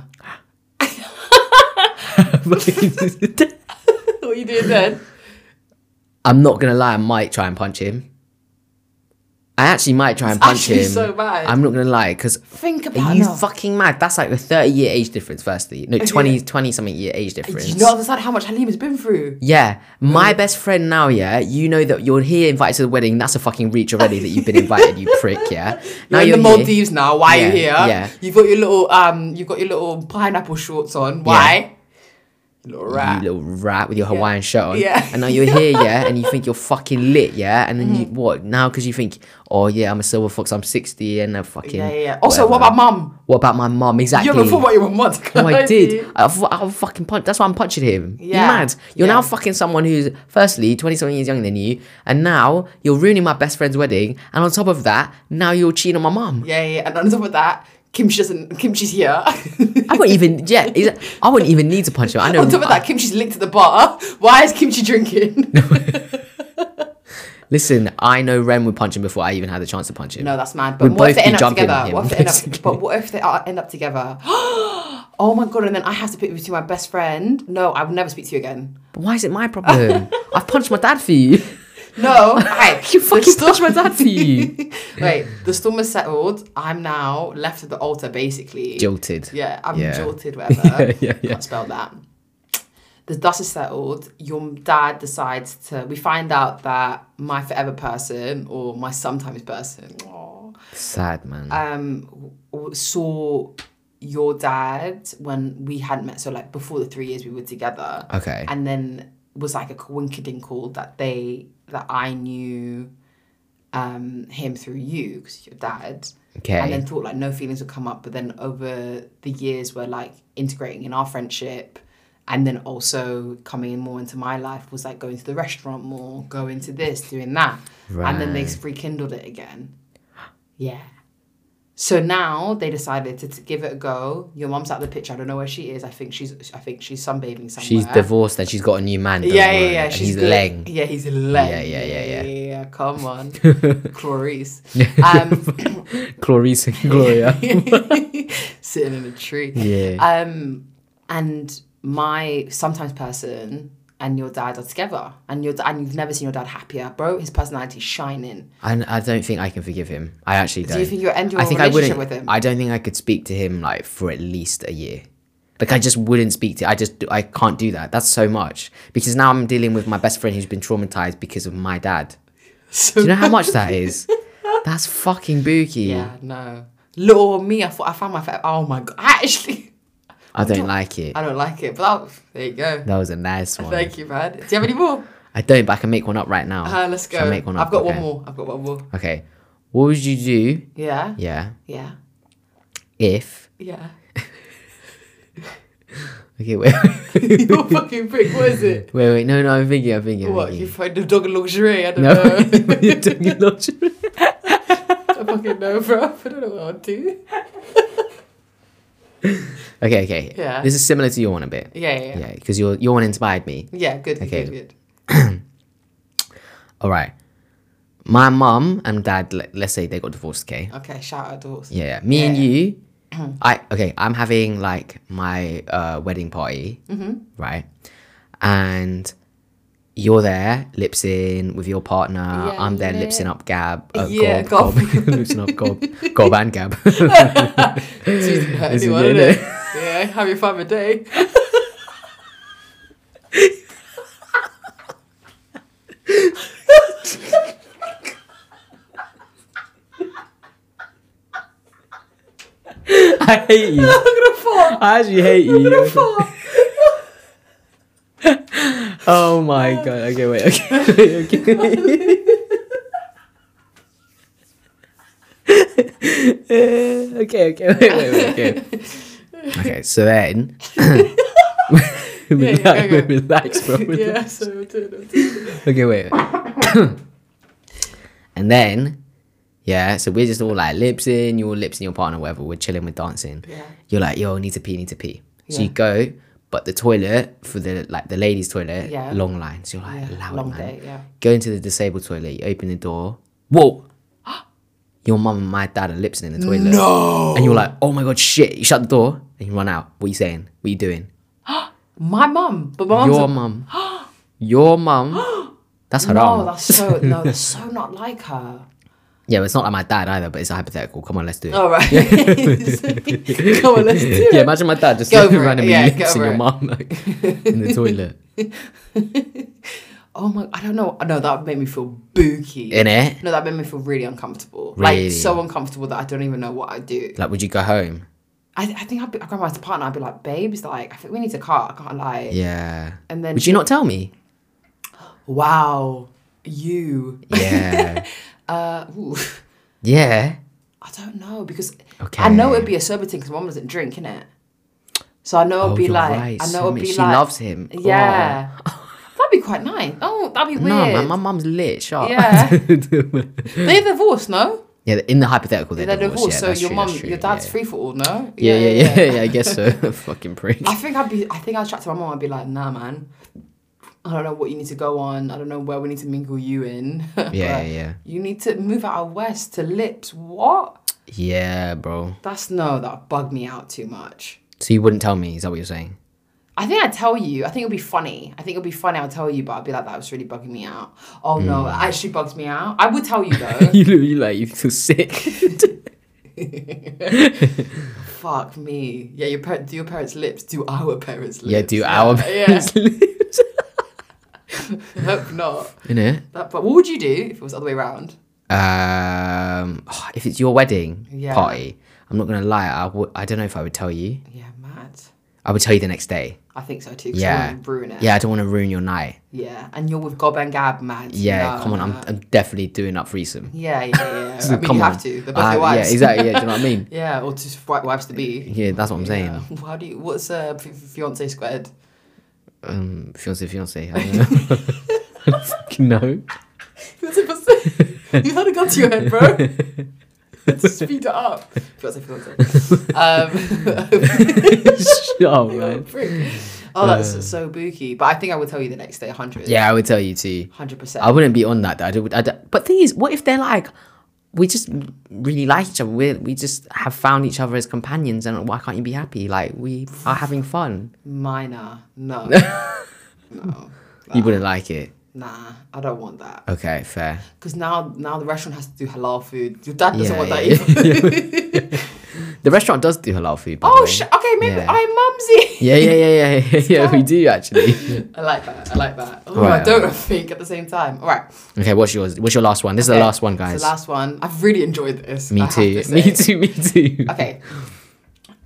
[SPEAKER 2] what are you doing then
[SPEAKER 1] I'm not gonna lie, I might try and punch him. I actually might try and punch
[SPEAKER 2] actually
[SPEAKER 1] him.
[SPEAKER 2] so bad.
[SPEAKER 1] I'm not gonna lie, because
[SPEAKER 2] Think
[SPEAKER 1] are
[SPEAKER 2] about
[SPEAKER 1] you
[SPEAKER 2] no.
[SPEAKER 1] fucking mad? That's like a 30 year age difference, firstly. No, 20, 20 something year age difference.
[SPEAKER 2] Do you not understand how much Halim has been through?
[SPEAKER 1] yeah, my best friend now, yeah, you know that you're here invited to the wedding, that's a fucking reach already that you've been invited, you prick, yeah? Now
[SPEAKER 2] You're in the
[SPEAKER 1] here.
[SPEAKER 2] Maldives now. Why are you here?
[SPEAKER 1] Yeah, yeah.
[SPEAKER 2] You've got your little um, you've got your little pineapple shorts on. Why? You Little
[SPEAKER 1] You
[SPEAKER 2] rat.
[SPEAKER 1] little rat with your Hawaiian shirt on.
[SPEAKER 2] Yeah.
[SPEAKER 1] And now you're here, yeah, and you think you're fucking lit, yeah? And then you,
[SPEAKER 2] Mm.
[SPEAKER 1] what? Now, because you think, oh, yeah, I'm a silver fox, I'm 60, and I'm fucking.
[SPEAKER 2] yeah, yeah, yeah. Also, what
[SPEAKER 1] whatever.
[SPEAKER 2] about mum?
[SPEAKER 1] What about my mum? Exactly.
[SPEAKER 2] You haven't thought about your mum.
[SPEAKER 1] No, I did. I, fu- I fucking punch. That's why I'm punching him. You're
[SPEAKER 2] Yeah.
[SPEAKER 1] mad. You're now
[SPEAKER 2] Yeah.
[SPEAKER 1] fucking someone who's firstly 20 something years younger than you, and now you're ruining my best friend's wedding. And on top of that, now you're cheating on my mum.
[SPEAKER 2] Yeah, yeah. And on top of that, Kimchi doesn't. Kimchi's here.
[SPEAKER 1] I wouldn't even. Yeah, is- I wouldn't even need to punch him. Um, I know.
[SPEAKER 2] on top of that, Kimchi's linked to the bar. Why is Kimchi drinking?
[SPEAKER 1] listen, I know Ren would punch him before I even had the chance to punch him.
[SPEAKER 2] no, that's mad. But
[SPEAKER 1] We'd
[SPEAKER 2] what if
[SPEAKER 1] both
[SPEAKER 2] they
[SPEAKER 1] be
[SPEAKER 2] end up
[SPEAKER 1] jumping
[SPEAKER 2] together?
[SPEAKER 1] him,
[SPEAKER 2] what if they end
[SPEAKER 1] basically.
[SPEAKER 2] up? But what if they are, end up together? oh my god! And then I have to pick between my best friend. No, I will never speak to you again.
[SPEAKER 1] But why is it my problem? I've punched my dad for you.
[SPEAKER 2] No, okay.
[SPEAKER 1] You fucking punched my dad for you.
[SPEAKER 2] Wait, the storm has settled. I'm now left at the altar, basically.
[SPEAKER 1] Jolted.
[SPEAKER 2] Yeah, I'm
[SPEAKER 1] Yeah.
[SPEAKER 2] jolted, whatever.
[SPEAKER 1] Yeah, yeah, yeah.
[SPEAKER 2] Can't spell that. The dust is settled. Your dad decides to. We find out that my forever person or my sometimes person aw,
[SPEAKER 1] Sad man.
[SPEAKER 2] um, w- w- saw your dad when we hadn't met. So, like, before the three years we were together
[SPEAKER 1] okay.
[SPEAKER 2] and then was like a coinkadinkle that they that I knew um him through you because your dad
[SPEAKER 1] Okay.
[SPEAKER 2] and then thought like no feelings would come up but then over the years we're like integrating in our friendship and then also coming in more into my life was like going to the restaurant more going to this doing that and then they
[SPEAKER 1] Right.
[SPEAKER 2] rekindled it again yeah so now they decided to, to give it a go your mum's out of the picture I don't know where she is I think she's I think she's sunbathing somewhere
[SPEAKER 1] She's divorced and she's got a new man. don't
[SPEAKER 2] yeah, yeah,
[SPEAKER 1] worry,
[SPEAKER 2] yeah.
[SPEAKER 1] and
[SPEAKER 2] She's
[SPEAKER 1] he's
[SPEAKER 2] good.
[SPEAKER 1] Leng.
[SPEAKER 2] Yeah, he's Leng.
[SPEAKER 1] Yeah, yeah, yeah, yeah.
[SPEAKER 2] yeah. Come on, Clarice. Um,
[SPEAKER 1] Clarice and Gloria.
[SPEAKER 2] sitting in a tree.
[SPEAKER 1] Yeah.
[SPEAKER 2] Um, and my sometimes person and your dad are together, and your da- and you've never seen your dad happier, bro. His personality's shining.
[SPEAKER 1] And I don't think I can forgive him. I actually don't.
[SPEAKER 2] Do you think you'll end your
[SPEAKER 1] I think I
[SPEAKER 2] relationship
[SPEAKER 1] wouldn't.
[SPEAKER 2] with him?
[SPEAKER 1] I don't think I could speak to him like for at least a year. Like I just wouldn't speak to. I just I can't do that. That's so much because now I'm dealing with my best friend who's been traumatized because of my dad.
[SPEAKER 2] so
[SPEAKER 1] Do you know how much that is? That's fucking booky.
[SPEAKER 2] Yeah, no. Little me, I thought I found my. Fa- oh my god! I actually.
[SPEAKER 1] I don't like it.
[SPEAKER 2] I don't like it, but that, there you go.
[SPEAKER 1] That was a nice one.
[SPEAKER 2] Thank you, man. Do you have any more?
[SPEAKER 1] I don't, but I can make one up right now.
[SPEAKER 2] Uh, let's go.
[SPEAKER 1] Shall I make one up?
[SPEAKER 2] I've got
[SPEAKER 1] Okay.
[SPEAKER 2] one more. I've got one more.
[SPEAKER 1] Okay. What would you do?
[SPEAKER 2] Yeah.
[SPEAKER 1] Yeah.
[SPEAKER 2] Yeah.
[SPEAKER 1] If
[SPEAKER 2] Yeah.
[SPEAKER 1] okay, wait,
[SPEAKER 2] You're fucking big, what is it?
[SPEAKER 1] wait, wait. No, no. I'm thinking. I'm thinking. I'm
[SPEAKER 2] What? You
[SPEAKER 1] thinking.
[SPEAKER 2] find a dog in luxury? I don't
[SPEAKER 1] No.
[SPEAKER 2] know.
[SPEAKER 1] You're doing it logically.
[SPEAKER 2] I fucking know, bro. I don't know what I'd do.
[SPEAKER 1] okay, okay.
[SPEAKER 2] Yeah.
[SPEAKER 1] This is similar to your one a bit.
[SPEAKER 2] Yeah, yeah, yeah.
[SPEAKER 1] Yeah, because your your one inspired me.
[SPEAKER 2] Yeah, good, good,
[SPEAKER 1] Okay.
[SPEAKER 2] good, good.
[SPEAKER 1] All right. My mum and dad. Let, let's say they got divorced. Okay.
[SPEAKER 2] Okay, shout out to us.
[SPEAKER 1] Yeah, yeah. me and you. I okay. I'm having like my uh, wedding party,
[SPEAKER 2] Mm-hmm.
[SPEAKER 1] right? And you're there, lips in with your partner.
[SPEAKER 2] Yeah,
[SPEAKER 1] I'm there, lips in up, Gab. Uh,
[SPEAKER 2] Yeah,
[SPEAKER 1] gob,
[SPEAKER 2] gob.
[SPEAKER 1] gob. lips in up, gob, gob and Gab.
[SPEAKER 2] She's hurt
[SPEAKER 1] This is
[SPEAKER 2] anyone,
[SPEAKER 1] good,
[SPEAKER 2] innit?
[SPEAKER 1] innit?
[SPEAKER 2] Yeah, have your fun day.
[SPEAKER 1] I hate you.
[SPEAKER 2] I'm gonna fall.
[SPEAKER 1] I actually hate
[SPEAKER 2] I'm gonna
[SPEAKER 1] you.
[SPEAKER 2] fall.
[SPEAKER 1] Oh my god. Okay, wait. Okay, okay. okay, okay, wait, wait, wait, okay. Okay, so then. relax,
[SPEAKER 2] yeah, go, go.
[SPEAKER 1] relax, bro.
[SPEAKER 2] yeah, so turn it.
[SPEAKER 1] Okay, wait. and then, yeah, so we're just all like lips in, your lips in your partner, whatever. We're chilling, we're dancing.
[SPEAKER 2] Yeah.
[SPEAKER 1] You're like, yo, I need to pee, need to pee. So
[SPEAKER 2] Yeah.
[SPEAKER 1] you go, but the toilet for the like the ladies' toilet,
[SPEAKER 2] Yeah.
[SPEAKER 1] long line. So you're like, loud
[SPEAKER 2] Long
[SPEAKER 1] man.
[SPEAKER 2] day, yeah.
[SPEAKER 1] Go into the disabled toilet. You open the door. Whoa. Your mum and my dad are lipsing in the toilet.
[SPEAKER 2] No.
[SPEAKER 1] And you're like, oh my god, shit. You shut the door and you run out. What are you saying? What are you doing?
[SPEAKER 2] My mum, but my
[SPEAKER 1] Your
[SPEAKER 2] mum's.
[SPEAKER 1] mum. Your mum. That's
[SPEAKER 2] a-
[SPEAKER 1] her
[SPEAKER 2] No, "Oh, that's so no, that's so not like her.
[SPEAKER 1] Yeah, but it's not like my dad either, but it's a hypothetical. Come on, let's do it.
[SPEAKER 2] All right. Come on, Oh, let's do it.
[SPEAKER 1] yeah, imagine my dad just
[SPEAKER 2] Go for it.
[SPEAKER 1] randomly
[SPEAKER 2] Yeah, go
[SPEAKER 1] lips in
[SPEAKER 2] for
[SPEAKER 1] your
[SPEAKER 2] it.
[SPEAKER 1] mum like, in the toilet.
[SPEAKER 2] Oh my, I don't know. No, that made me feel booky.
[SPEAKER 1] In it?
[SPEAKER 2] No, that made me feel really uncomfortable.
[SPEAKER 1] Really?
[SPEAKER 2] Like so uncomfortable that I don't even know what I do.
[SPEAKER 1] Like, would you go home?
[SPEAKER 2] I, I think I'd, be, I'd go my partner. I'd be like, babes, like I think we need to cut. I can't lie.
[SPEAKER 1] Yeah.
[SPEAKER 2] And then
[SPEAKER 1] Would you not tell me?
[SPEAKER 2] wow, you.
[SPEAKER 1] Yeah.
[SPEAKER 2] Uh, ooh,
[SPEAKER 1] yeah.
[SPEAKER 2] I don't know because
[SPEAKER 1] Okay.
[SPEAKER 2] I know it'd be a sober thing because mom doesn't drink, innit? So I know it'd
[SPEAKER 1] Oh,
[SPEAKER 2] be
[SPEAKER 1] you're
[SPEAKER 2] like,
[SPEAKER 1] right,
[SPEAKER 2] I know
[SPEAKER 1] so
[SPEAKER 2] it'd
[SPEAKER 1] much-
[SPEAKER 2] be
[SPEAKER 1] she
[SPEAKER 2] like,
[SPEAKER 1] loves him. Oh.
[SPEAKER 2] Yeah, that'd be quite nice. Oh, that'd be weird.
[SPEAKER 1] No, man, my mum's lit. Shut up.
[SPEAKER 2] Yeah. They're divorced, no?
[SPEAKER 1] yeah, in the hypothetical, they're,
[SPEAKER 2] They're
[SPEAKER 1] divorced.
[SPEAKER 2] divorced.
[SPEAKER 1] Yeah, that's
[SPEAKER 2] so your
[SPEAKER 1] true,
[SPEAKER 2] mum,
[SPEAKER 1] that's true.
[SPEAKER 2] your dad's
[SPEAKER 1] yeah.
[SPEAKER 2] free for all, no?
[SPEAKER 1] Yeah, yeah, yeah, yeah, I guess so. Fucking prick.
[SPEAKER 2] I think I'd be. I think I'd chat to my mom. I'd be like, Nah, man. I don't know what you need to go on. I don't know where we need to mingle you in. But
[SPEAKER 1] yeah, yeah.
[SPEAKER 2] You need to move out of West to Lips. What?
[SPEAKER 1] Yeah, bro.
[SPEAKER 2] That's no. That bugged me out too much.
[SPEAKER 1] So you wouldn't tell me? Is that what you're saying?
[SPEAKER 2] I think I'd tell you. I think it'd be funny. I think it'd be funny. I'll tell you, but I'd be like, that was really bugging me out. Oh no,
[SPEAKER 1] Mm.
[SPEAKER 2] it actually bugs me out. I would tell you though.
[SPEAKER 1] you look you like you feel sick.
[SPEAKER 2] Fuck me. Yeah, your par- do your parents' lips do our parents' lips?
[SPEAKER 1] yeah, do our
[SPEAKER 2] Yeah,
[SPEAKER 1] parents lives?
[SPEAKER 2] yeah. hope not.
[SPEAKER 1] In it?
[SPEAKER 2] That, but what would you do if it was the other way around?
[SPEAKER 1] Um, if it's your wedding
[SPEAKER 2] Yeah.
[SPEAKER 1] party, I'm not gonna lie. I would. I don't know if I would tell you.
[SPEAKER 2] Yeah, mad.
[SPEAKER 1] I would tell you the next day.
[SPEAKER 2] I think so too.
[SPEAKER 1] Yeah.
[SPEAKER 2] Yeah, ruin it.
[SPEAKER 1] Yeah, I don't want to ruin your night.
[SPEAKER 2] yeah. And you're with Gob and Gab, mad.
[SPEAKER 1] Yeah,
[SPEAKER 2] No,
[SPEAKER 1] come on.
[SPEAKER 2] no,
[SPEAKER 1] I'm,
[SPEAKER 2] no.
[SPEAKER 1] I'm definitely doing up threesome.
[SPEAKER 2] yeah, yeah, yeah. I mean,
[SPEAKER 1] come
[SPEAKER 2] you
[SPEAKER 1] on.
[SPEAKER 2] have to. They're both
[SPEAKER 1] Uh,
[SPEAKER 2] your wives.
[SPEAKER 1] Yeah, exactly. Yeah, do you know what I mean?
[SPEAKER 2] Yeah, or just white wives to be.
[SPEAKER 1] Yeah, that's what I'm saying.
[SPEAKER 2] Yeah. How do you? What's uh, f- f- fiance squared?
[SPEAKER 1] Um, fiance, fiance. I don't know. I don't fucking know.
[SPEAKER 2] Fiance, fiance. you had a gun to your head, bro. Let's speed it up. Fiance, fiance. Um,
[SPEAKER 1] Shut up,
[SPEAKER 2] you're a
[SPEAKER 1] man.
[SPEAKER 2] prick. oh, that's so booky. But I think I would tell you the next day, hundred.
[SPEAKER 1] Yeah, I would tell you too. I
[SPEAKER 2] hundred percent.
[SPEAKER 1] wouldn't be on that. though. I don't, I don't- but thing is, what if they're like, we just really like each other. We we just have found each other as companions, and why can't you be happy? Like we are having fun.
[SPEAKER 2] Minor, no, no,
[SPEAKER 1] You wouldn't like it.
[SPEAKER 2] nah. I don't want that.
[SPEAKER 1] Okay, fair.
[SPEAKER 2] Because now, now the restaurant has to do halal food. Your dad doesn't
[SPEAKER 1] Yeah,
[SPEAKER 2] want that
[SPEAKER 1] yeah,
[SPEAKER 2] either.
[SPEAKER 1] The restaurant does do halal food. By the
[SPEAKER 2] Oh,
[SPEAKER 1] way.
[SPEAKER 2] sh- okay, maybe
[SPEAKER 1] Yeah.
[SPEAKER 2] I'm mumsy.
[SPEAKER 1] Yeah, yeah, yeah, yeah, yeah, yeah. We do actually.
[SPEAKER 2] I like that. I like that. Oh,
[SPEAKER 1] Right,
[SPEAKER 2] I don't think at the same time. All right.
[SPEAKER 1] Okay, what's yours? What's your last one? This is
[SPEAKER 2] okay.
[SPEAKER 1] the last one,
[SPEAKER 2] It's
[SPEAKER 1] guys.
[SPEAKER 2] the last one. I've really enjoyed this.
[SPEAKER 1] me
[SPEAKER 2] I have
[SPEAKER 1] too.
[SPEAKER 2] to
[SPEAKER 1] Me
[SPEAKER 2] say.
[SPEAKER 1] too. Me too.
[SPEAKER 2] Okay.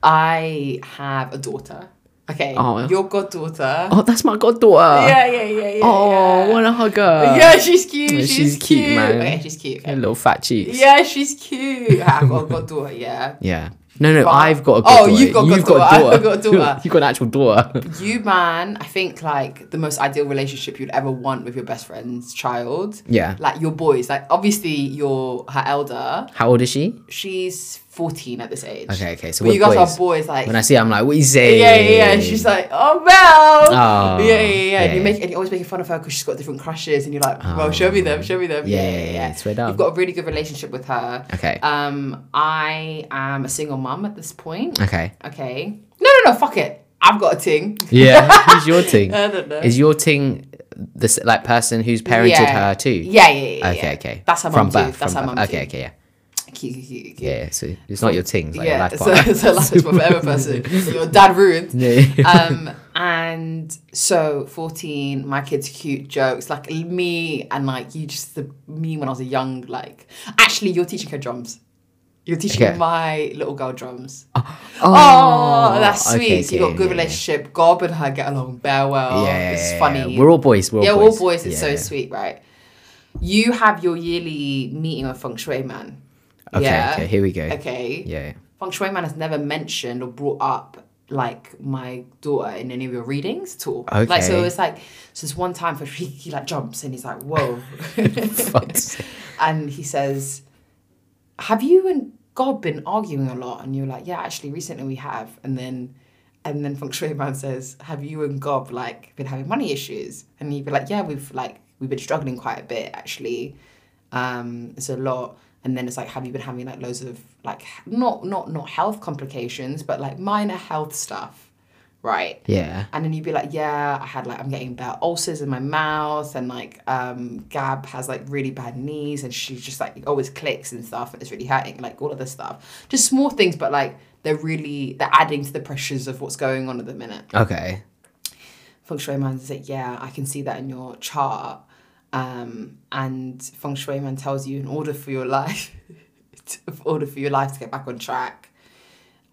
[SPEAKER 2] I have a daughter. Okay.
[SPEAKER 1] Oh.
[SPEAKER 2] Your goddaughter.
[SPEAKER 1] Oh, that's my goddaughter.
[SPEAKER 2] Yeah, yeah, yeah, yeah.
[SPEAKER 1] Oh,
[SPEAKER 2] yeah.
[SPEAKER 1] what a hugger.
[SPEAKER 2] yeah, she's cute.
[SPEAKER 1] Yeah,
[SPEAKER 2] She's,
[SPEAKER 1] she's cute,
[SPEAKER 2] cute,
[SPEAKER 1] man.
[SPEAKER 2] Okay, she's cute.
[SPEAKER 1] Her little fat cheeks.
[SPEAKER 2] Yeah, she's cute. I've got a goddaughter, yeah.
[SPEAKER 1] Yeah. No, no,
[SPEAKER 2] But-
[SPEAKER 1] I've got a
[SPEAKER 2] Oh,
[SPEAKER 1] goddaughter.
[SPEAKER 2] you've got a
[SPEAKER 1] You've got
[SPEAKER 2] goddaughter. I've got a daughter.
[SPEAKER 1] you've got an actual daughter.
[SPEAKER 2] You, man, I think like the most ideal relationship you'd ever want with your best friend's child.
[SPEAKER 1] Yeah.
[SPEAKER 2] Like your boys. Like, obviously, you're her elder.
[SPEAKER 1] How old is she?
[SPEAKER 2] She's 14 at this age.
[SPEAKER 1] Okay, okay, so
[SPEAKER 2] but
[SPEAKER 1] we're
[SPEAKER 2] you guys
[SPEAKER 1] boys.
[SPEAKER 2] are boys, like.
[SPEAKER 1] When I see her, I'm like, what is it?
[SPEAKER 2] yeah, yeah, yeah. She's like, oh, Mel.
[SPEAKER 1] Oh,
[SPEAKER 2] yeah, yeah, yeah. And,
[SPEAKER 1] yeah. Oh.
[SPEAKER 2] you make, and you're always making fun of her because she's got different crushes, and you're like, well, show me them, show me them.
[SPEAKER 1] Yeah, yeah, yeah, it's weird, um.
[SPEAKER 2] You've got a really good relationship with her.
[SPEAKER 1] Okay.
[SPEAKER 2] Um, I am a single mum at this point.
[SPEAKER 1] okay.
[SPEAKER 2] Okay. No, no, no. Fuck it. I've got a ting.
[SPEAKER 1] Yeah. Who's your ting?
[SPEAKER 2] I don't know.
[SPEAKER 1] Is your ting this like person who's parented
[SPEAKER 2] Yeah.
[SPEAKER 1] her too?
[SPEAKER 2] Yeah, yeah, yeah.
[SPEAKER 1] Okay,
[SPEAKER 2] yeah.
[SPEAKER 1] okay.
[SPEAKER 2] That's her
[SPEAKER 1] From
[SPEAKER 2] mum too.
[SPEAKER 1] birth.
[SPEAKER 2] That's
[SPEAKER 1] from
[SPEAKER 2] her
[SPEAKER 1] birth.
[SPEAKER 2] mum
[SPEAKER 1] Okay,
[SPEAKER 2] too.
[SPEAKER 1] okay, yeah.
[SPEAKER 2] Cute, cute, cute, cute.
[SPEAKER 1] Yeah, so it's not your ting, it's like
[SPEAKER 2] yeah,
[SPEAKER 1] your life
[SPEAKER 2] so,
[SPEAKER 1] partner.
[SPEAKER 2] so life is forever person. Your dad ruined.
[SPEAKER 1] Yeah.
[SPEAKER 2] um, and so 14, my kids cute jokes, like me and like you just the me when I was a young, like actually you're teaching her drums. You're teaching
[SPEAKER 1] Okay.
[SPEAKER 2] my little girl drums. Oh,
[SPEAKER 1] Oh,
[SPEAKER 2] that's sweet.
[SPEAKER 1] okay,
[SPEAKER 2] so you got
[SPEAKER 1] okay,
[SPEAKER 2] good
[SPEAKER 1] yeah, yeah.
[SPEAKER 2] relationship. Gob and her get along very well.
[SPEAKER 1] yeah,
[SPEAKER 2] It's
[SPEAKER 1] yeah,
[SPEAKER 2] funny.
[SPEAKER 1] yeah. We're all boys. We're all
[SPEAKER 2] yeah,
[SPEAKER 1] boys.
[SPEAKER 2] we're all boys. It's
[SPEAKER 1] Yeah.
[SPEAKER 2] so sweet, right? You have your yearly meeting with Feng Shui Man.
[SPEAKER 1] Okay,
[SPEAKER 2] yeah.
[SPEAKER 1] okay, here we go.
[SPEAKER 2] Okay.
[SPEAKER 1] Yeah.
[SPEAKER 2] Feng Shui Man has never mentioned or brought up like my daughter in any of your readings at all. Like so
[SPEAKER 1] Okay.
[SPEAKER 2] it's like so this one time for he, he like jumps and he's like, Whoa
[SPEAKER 1] Fuck's sake.
[SPEAKER 2] And he says, Have you and God been arguing a lot? And you're like, Yeah, actually recently we have and then and then Feng Shui Man says, Have you and Gob like been having money issues? And you'd be like, Yeah, we've like we've been struggling quite a bit actually um it's a lot and then it's like have you been having like loads of like h- not not not health complications but like minor health stuff right
[SPEAKER 1] Yeah.
[SPEAKER 2] and then you'd be like yeah i had like i'm getting bad ulcers in my mouth and like um gab has like really bad knees and she's just like always clicks and stuff and it's really hurting like all of this stuff just small things but like they're really they're adding to the pressures of what's going on at the minute
[SPEAKER 1] Okay.
[SPEAKER 2] feng shui man is like, yeah, I can see that in your chart. Um, and feng shui man tells you in order for your life, in order for your life to get back on track,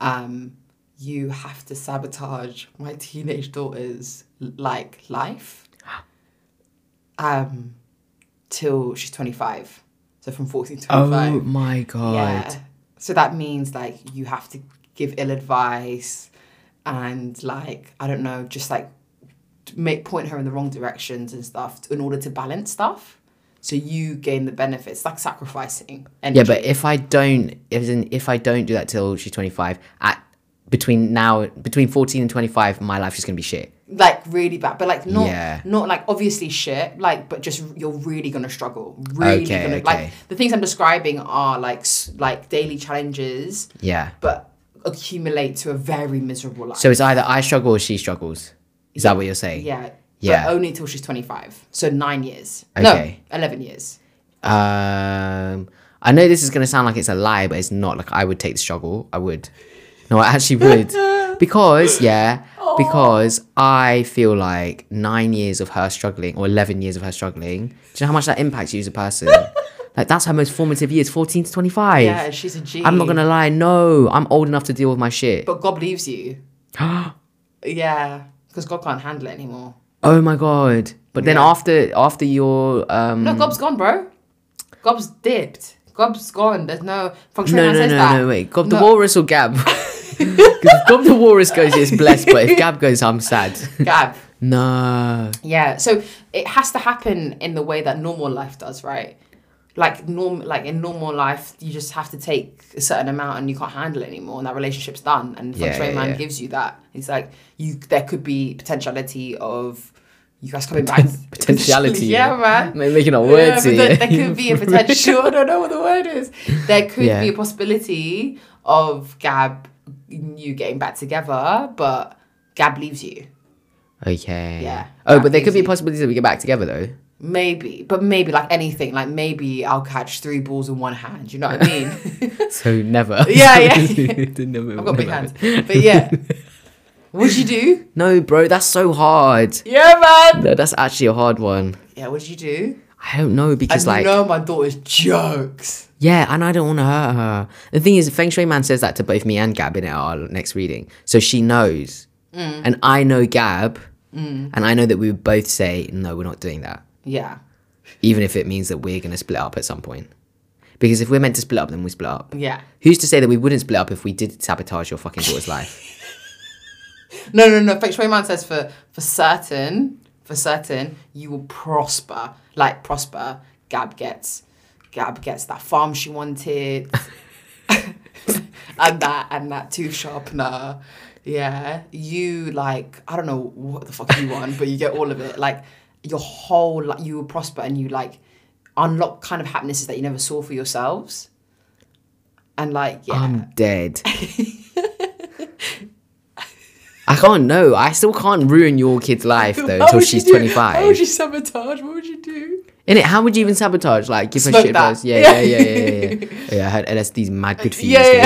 [SPEAKER 2] um, you have to sabotage my teenage daughter's like life. Um, till she's twenty five, so from fourteen to
[SPEAKER 1] Oh
[SPEAKER 2] twenty five.
[SPEAKER 1] my god.
[SPEAKER 2] Yeah. So that means like you have to give ill advice and like I don't know, just like make point her in the wrong directions and stuff in order to balance stuff. So you gain the benefits, like sacrificing. Energy.
[SPEAKER 1] Yeah, but if I don't, if in, if I don't do that till she's twenty five, at between now between fourteen and twenty five, my life's just gonna be shit.
[SPEAKER 2] like really bad, but like not
[SPEAKER 1] Yeah.
[SPEAKER 2] not like obviously shit, like but just you're really gonna struggle. Really
[SPEAKER 1] Okay,
[SPEAKER 2] gonna
[SPEAKER 1] okay.
[SPEAKER 2] like the things I'm describing are like s- like daily challenges,
[SPEAKER 1] Yeah.
[SPEAKER 2] but accumulate to a very miserable life.
[SPEAKER 1] So it's either I struggle or she struggles. Is that what you're saying?
[SPEAKER 2] Yeah.
[SPEAKER 1] Yeah.
[SPEAKER 2] But only till she's 25. So nine years.
[SPEAKER 1] Okay.
[SPEAKER 2] No, 11 years.
[SPEAKER 1] Um, I know this is gonna sound like it's a lie, but it's not. Like I would take the struggle. I would. No, I actually would, because yeah, because I feel like nine years of her struggling or eleven years of her struggling. Do you know how much that impacts you as a person? like that's her most formative years, fourteen to twenty five.
[SPEAKER 2] Yeah, she's a G.
[SPEAKER 1] I'm not gonna lie. No, I'm old enough to deal with my shit.
[SPEAKER 2] But God leaves you. Yeah. Because God can't handle it anymore.
[SPEAKER 1] oh my god! But then after after your um
[SPEAKER 2] No, Gob's gone, bro. Gob's dipped. Gob's gone. There's no. Feng Shui
[SPEAKER 1] no
[SPEAKER 2] man
[SPEAKER 1] no no
[SPEAKER 2] says that.
[SPEAKER 1] no wait, gob the
[SPEAKER 2] No.
[SPEAKER 1] walrus or Gab? Because gob the walrus goes, it's blessed. But if Gab goes, I'm sad.
[SPEAKER 2] Gab.
[SPEAKER 1] No.
[SPEAKER 2] Yeah. So it has to happen in the way that normal life does, right? Like norm, like in normal life, you just have to take a certain amount and you can't handle it anymore, and that relationship's done. And Feng
[SPEAKER 1] Yeah,
[SPEAKER 2] Shui
[SPEAKER 1] yeah,
[SPEAKER 2] Man
[SPEAKER 1] yeah.
[SPEAKER 2] gives you that. It's like you, there could be potentiality of you guys coming back.
[SPEAKER 1] Potentiality.
[SPEAKER 2] yeah, man.
[SPEAKER 1] Ma- Making up
[SPEAKER 2] Yeah,
[SPEAKER 1] words
[SPEAKER 2] but
[SPEAKER 1] here.
[SPEAKER 2] there, there could be a potential. I don't know what the word is. There could
[SPEAKER 1] Yeah.
[SPEAKER 2] be a possibility of Gab, you getting back together, but Gab leaves you.
[SPEAKER 1] okay.
[SPEAKER 2] Yeah,
[SPEAKER 1] Oh,
[SPEAKER 2] that
[SPEAKER 1] but there could be
[SPEAKER 2] easy.
[SPEAKER 1] possibilities that we get back together though.
[SPEAKER 2] Maybe, but maybe like anything, like maybe I'll catch three balls in one hand. You know what I mean?
[SPEAKER 1] So never.
[SPEAKER 2] Yeah, yeah.
[SPEAKER 1] never
[SPEAKER 2] I've got big
[SPEAKER 1] never.
[SPEAKER 2] hands, but yeah, What'd you do?
[SPEAKER 1] No, bro, that's so hard.
[SPEAKER 2] Yeah, man.
[SPEAKER 1] No, that's actually a hard one.
[SPEAKER 2] Yeah, what'd you do?
[SPEAKER 1] I don't know because
[SPEAKER 2] And
[SPEAKER 1] like
[SPEAKER 2] you know my daughter's jokes.
[SPEAKER 1] yeah, and I don't want to hurt her. The thing is, the Feng Shui man says that to both me and Gab in our next reading, so she knows,
[SPEAKER 2] Mm.
[SPEAKER 1] and I know Gab, and I know that we would both say no, we're not doing that,
[SPEAKER 2] Yeah.
[SPEAKER 1] even if it means that we're going to split up at some point. Because if we're meant to split up, then we split up.
[SPEAKER 2] Yeah.
[SPEAKER 1] Who's to say that we wouldn't split up if we did sabotage your fucking daughter's life?
[SPEAKER 2] No, no, no. Feng Shui Man says for for certain, for certain, you will prosper. Like prosper. Gab gets, Gab gets that farm she wanted, and that and that tooth sharpener. Yeah, you like I don't know what the fuck you want, but you get all of it. Like your whole like you will prosper and you like unlock kind of happinesses that you never saw for yourselves. And like yeah,
[SPEAKER 1] I'm dead. I can't know. I still can't ruin your kid's life though
[SPEAKER 2] How
[SPEAKER 1] until
[SPEAKER 2] would
[SPEAKER 1] she's
[SPEAKER 2] you do-
[SPEAKER 1] twenty
[SPEAKER 2] How would
[SPEAKER 1] five.
[SPEAKER 2] you sabotage? What would you do?
[SPEAKER 1] In it, how would you even sabotage? Like give her
[SPEAKER 2] Smoke
[SPEAKER 1] shit
[SPEAKER 2] that.
[SPEAKER 1] first. Yeah, yeah, yeah,
[SPEAKER 2] Yeah.
[SPEAKER 1] yeah, yeah. yeah. yeah, I heard LSD's mad good for you.
[SPEAKER 2] yeah,
[SPEAKER 1] Yeah,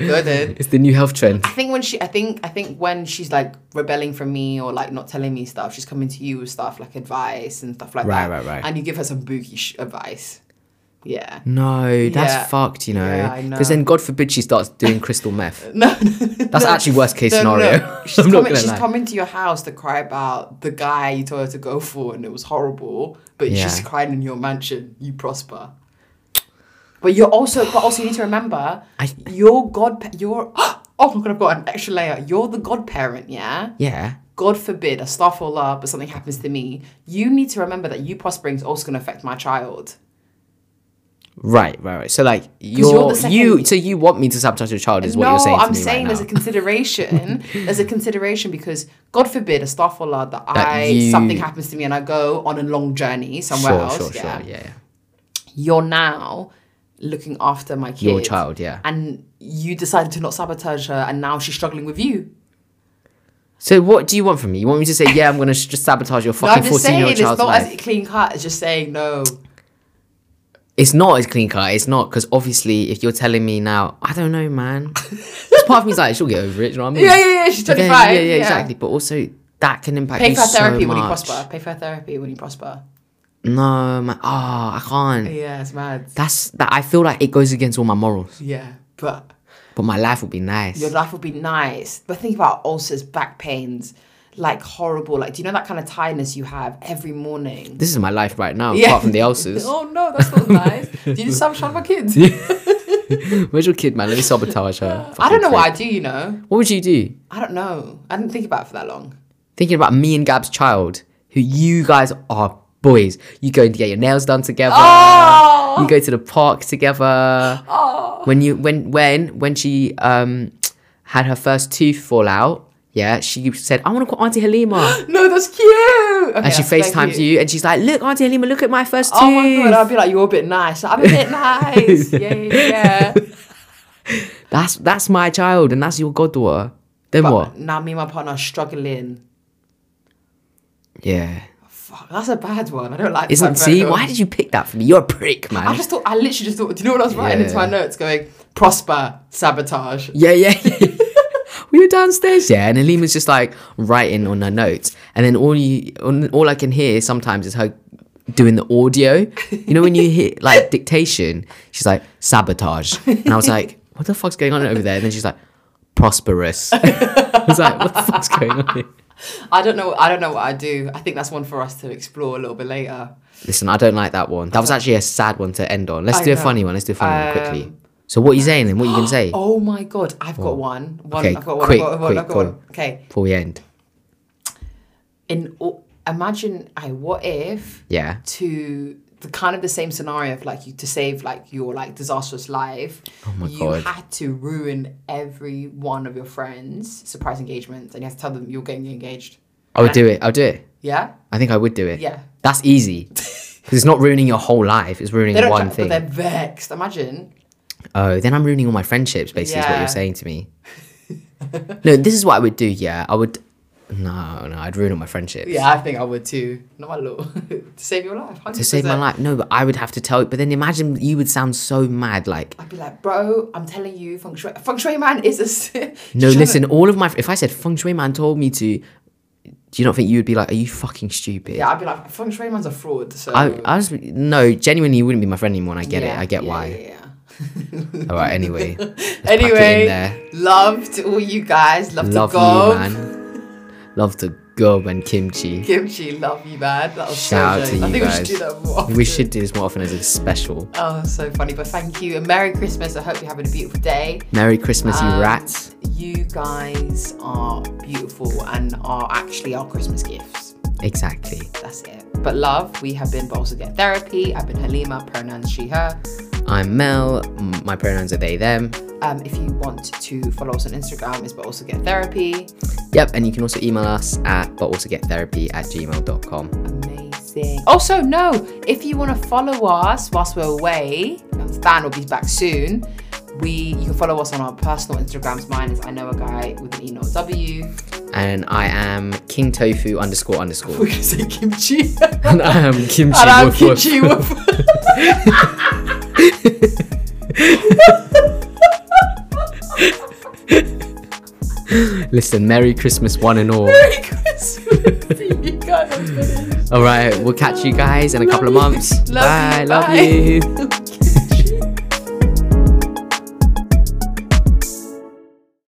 [SPEAKER 2] Go then.
[SPEAKER 1] it's the new health trend.
[SPEAKER 2] I think when she, I think, I think when she's like rebelling from me or like not telling me stuff, she's coming to you with stuff like advice and stuff like
[SPEAKER 1] Right,
[SPEAKER 2] that.
[SPEAKER 1] right, right.
[SPEAKER 2] And you give her some boogie sh- advice. Yeah.
[SPEAKER 1] No, that's
[SPEAKER 2] Yeah.
[SPEAKER 1] fucked. You
[SPEAKER 2] Yeah,
[SPEAKER 1] know,
[SPEAKER 2] I
[SPEAKER 1] because
[SPEAKER 2] know.
[SPEAKER 1] then God forbid she starts doing crystal meth.
[SPEAKER 2] No, no,
[SPEAKER 1] That's
[SPEAKER 2] no.
[SPEAKER 1] actually worst case
[SPEAKER 2] No, no, no.
[SPEAKER 1] scenario.
[SPEAKER 2] She's,
[SPEAKER 1] I'm not
[SPEAKER 2] coming,
[SPEAKER 1] gonna
[SPEAKER 2] she's
[SPEAKER 1] lie.
[SPEAKER 2] coming to your house to cry about the guy you told her to go for and it was horrible, but she's
[SPEAKER 1] Yeah.
[SPEAKER 2] crying in your mansion. You prosper. But you're also, but also you need to remember,
[SPEAKER 1] I-
[SPEAKER 2] your god, your oh my god, I've got an extra layer. You're the godparent, yeah.
[SPEAKER 1] Yeah.
[SPEAKER 2] God forbid, a star fall up, but something happens to me. You need to remember that you prospering is also going to affect my child.
[SPEAKER 1] Right, right, right. So like
[SPEAKER 2] you're
[SPEAKER 1] you're,
[SPEAKER 2] the
[SPEAKER 1] you
[SPEAKER 2] second-
[SPEAKER 1] so you want me to sabotage your child is what
[SPEAKER 2] no,
[SPEAKER 1] you're saying to
[SPEAKER 2] I'm
[SPEAKER 1] me
[SPEAKER 2] saying
[SPEAKER 1] right
[SPEAKER 2] there's
[SPEAKER 1] now.
[SPEAKER 2] a consideration. there's a consideration because God forbid a star fall out that,
[SPEAKER 1] That
[SPEAKER 2] I
[SPEAKER 1] you-
[SPEAKER 2] something happens to me and I go on a long journey somewhere
[SPEAKER 1] sure,
[SPEAKER 2] else.
[SPEAKER 1] sure,
[SPEAKER 2] yeah.
[SPEAKER 1] sure. Yeah, yeah.
[SPEAKER 2] You're now looking after my kid.
[SPEAKER 1] Your child, yeah.
[SPEAKER 2] And you decided to not sabotage her and now she's struggling with you.
[SPEAKER 1] So what do you want from me? You want me to say, yeah, I'm gonna sh- just sabotage your
[SPEAKER 2] No, I'm
[SPEAKER 1] fucking
[SPEAKER 2] just saying
[SPEAKER 1] fourteen-year-old
[SPEAKER 2] it's
[SPEAKER 1] child's
[SPEAKER 2] not
[SPEAKER 1] life?
[SPEAKER 2] as clean cut as just saying no.
[SPEAKER 1] it's not as clean cut. It's not because obviously, if you're telling me now, I don't know, man. Because part of me's like, she'll get over it. You know what I mean?
[SPEAKER 2] Yeah, yeah, yeah. She's
[SPEAKER 1] Yeah,
[SPEAKER 2] 25.
[SPEAKER 1] yeah, yeah, exactly. But also, that can impact
[SPEAKER 2] Pay
[SPEAKER 1] you
[SPEAKER 2] for therapy
[SPEAKER 1] so
[SPEAKER 2] when you
[SPEAKER 1] much.
[SPEAKER 2] prosper. Pay for therapy when you prosper.
[SPEAKER 1] No, man. Oh, I can't.
[SPEAKER 2] Yeah, it's mad.
[SPEAKER 1] That's that. I feel like it goes against all my morals.
[SPEAKER 2] Yeah, but
[SPEAKER 1] But my life would be nice.
[SPEAKER 2] your life would be nice. But think about ulcers, back pains, like horrible. Like, do you know that kind of tiredness you have every morning?
[SPEAKER 1] This is my life right now,
[SPEAKER 2] Yeah.
[SPEAKER 1] apart from the ulcers.
[SPEAKER 2] Oh no, that's not nice. do you just sabotage my kids?
[SPEAKER 1] Where's your kid, man? Let me sabotage her.
[SPEAKER 2] I
[SPEAKER 1] Fucking
[SPEAKER 2] don't know
[SPEAKER 1] prick.
[SPEAKER 2] what I do. You know,
[SPEAKER 1] What would you do?
[SPEAKER 2] I don't know. I didn't think about it for that long.
[SPEAKER 1] Thinking about me and Gab's child, who you guys are boys. You going to get your nails done together.
[SPEAKER 2] Oh,
[SPEAKER 1] You go to the park together.
[SPEAKER 2] oh.
[SPEAKER 1] When you when when when she um had her first tooth fall out, yeah, she said, I want to call Auntie Halima.
[SPEAKER 2] no, that's cute. Okay,
[SPEAKER 1] and she
[SPEAKER 2] that's- thank
[SPEAKER 1] FaceTimes you and she's like, Look, Auntie Halima, look at my first tooth.
[SPEAKER 2] Oh my god, I'd be like, you're a bit nice. I'm a bit nice. Yeah, yeah, yeah.
[SPEAKER 1] That's that's my child and that's your goddaughter. Then
[SPEAKER 2] But
[SPEAKER 1] what?
[SPEAKER 2] Now me and my partner are struggling.
[SPEAKER 1] Yeah.
[SPEAKER 2] Fuck, that's a bad one. I don't like.
[SPEAKER 1] Isn't
[SPEAKER 2] that
[SPEAKER 1] see?
[SPEAKER 2] photo.
[SPEAKER 1] Why did you pick that for me? You're a prick, man.
[SPEAKER 2] I just thought. I literally just thought. Do you know what I was writing
[SPEAKER 1] Yeah.
[SPEAKER 2] into my notes? Going prosper sabotage.
[SPEAKER 1] Yeah, yeah. yeah. we were downstairs, yeah, and Halima's just like writing on her notes, and then all you, on, all I can hear sometimes is her doing the audio. You know when you hear like dictation, she's like sabotage, and I was like, what the fuck's going on over there? And then she's like, prosperous. I was like, what the fuck's going on? Here?
[SPEAKER 2] I don't know. I don't know what I do. I think that's one for us to explore a little bit later.
[SPEAKER 1] Listen, I don't like that one. That was actually a sad one to end on. Let's
[SPEAKER 2] I
[SPEAKER 1] do a
[SPEAKER 2] know.
[SPEAKER 1] funny one. Let's do a funny one quickly.
[SPEAKER 2] Um,
[SPEAKER 1] So what are you saying then? What are you gonna say
[SPEAKER 2] Oh my god, I've got one. One.
[SPEAKER 1] Okay,
[SPEAKER 2] I've got one.
[SPEAKER 1] quick,
[SPEAKER 2] I've got one.
[SPEAKER 1] quick,
[SPEAKER 2] I've got
[SPEAKER 1] go
[SPEAKER 2] one.
[SPEAKER 1] on.
[SPEAKER 2] Okay.
[SPEAKER 1] before we end?
[SPEAKER 2] In all- imagine, I what if
[SPEAKER 1] Yeah.
[SPEAKER 2] to the kind of the same scenario of like you to save like your like disastrous life. Oh
[SPEAKER 1] my
[SPEAKER 2] you
[SPEAKER 1] God.
[SPEAKER 2] had to ruin every one of your friends' surprise engagements, and you have to tell them you're getting engaged.
[SPEAKER 1] I would do it. I'll do it.
[SPEAKER 2] Yeah.
[SPEAKER 1] I think I would do it.
[SPEAKER 2] Yeah.
[SPEAKER 1] That's easy. Because it's not ruining your whole life, it's ruining
[SPEAKER 2] They don't
[SPEAKER 1] one
[SPEAKER 2] try,
[SPEAKER 1] thing.
[SPEAKER 2] but they're vexed. Imagine.
[SPEAKER 1] oh, then I'm ruining all my friendships, basically, is what
[SPEAKER 2] Yeah.
[SPEAKER 1] you're saying to me. no, this is what I would do, yeah. I would No, no, I'd ruin all my friendships.
[SPEAKER 2] Yeah, I think I would too. Not my lord. to save your life. 100%.
[SPEAKER 1] To save my life. No, but I would have to tell But then imagine you would sound so mad. Like,
[SPEAKER 2] I'd be like, bro, I'm telling you, feng shui, feng shui man is a. s-
[SPEAKER 1] no,
[SPEAKER 2] Shut up.
[SPEAKER 1] listen, all of my. If I said Feng Shui Man told me to, do you not think you would be like, are you fucking stupid?
[SPEAKER 2] Yeah, I'd be like, feng shui man's a fraud. So
[SPEAKER 1] I, I just, no, genuinely, you wouldn't be my friend anymore. And I get it. I get why. All right, anyway. it in there.
[SPEAKER 2] anyway, love to all you guys. Love,
[SPEAKER 1] Love
[SPEAKER 2] to go.
[SPEAKER 1] you, man. Love to gob and kimchi.
[SPEAKER 2] Kimchi, love you, man. That was
[SPEAKER 1] Shout out
[SPEAKER 2] so
[SPEAKER 1] to
[SPEAKER 2] nice. I
[SPEAKER 1] you
[SPEAKER 2] think
[SPEAKER 1] guys.
[SPEAKER 2] we should do that more.
[SPEAKER 1] We
[SPEAKER 2] often.
[SPEAKER 1] should do this more often as a special.
[SPEAKER 2] Oh, so funny. But thank you. And Merry Christmas. I hope you're having a beautiful day.
[SPEAKER 1] Merry Christmas, you
[SPEAKER 2] Um,
[SPEAKER 1] rats.
[SPEAKER 2] You guys are beautiful and are actually our Christmas gifts.
[SPEAKER 1] Exactly.
[SPEAKER 2] That's it. But love, we have been But Also Get Therapy. I've been Halima, pronouns she, her.
[SPEAKER 1] I'm Mel. M- My pronouns are they, them.
[SPEAKER 2] Um, if you want to follow us on Instagram, it's But Also Get Therapy.
[SPEAKER 1] Yep, and you can also email us at but also get therapy at gmail.com.
[SPEAKER 2] Amazing. Also, no, if you want to follow us whilst we're away, and Stan will be back soon. We, you can follow us on our personal Instagrams. Mine is I know a guy with an E not a W.
[SPEAKER 1] And I am King Tofu underscore underscore.
[SPEAKER 2] We're gonna say kimchi.
[SPEAKER 1] and I am Kimchi.
[SPEAKER 2] and I'm
[SPEAKER 1] woof woof.
[SPEAKER 2] kimchi woof.
[SPEAKER 1] Listen, Merry Christmas, one and all.
[SPEAKER 2] Merry Christmas to you guys. I'm finished.
[SPEAKER 1] all right, we'll catch you guys in a couple of
[SPEAKER 2] Love you.
[SPEAKER 1] months.
[SPEAKER 2] Love you.
[SPEAKER 1] Bye. Love
[SPEAKER 2] Bye.
[SPEAKER 1] you.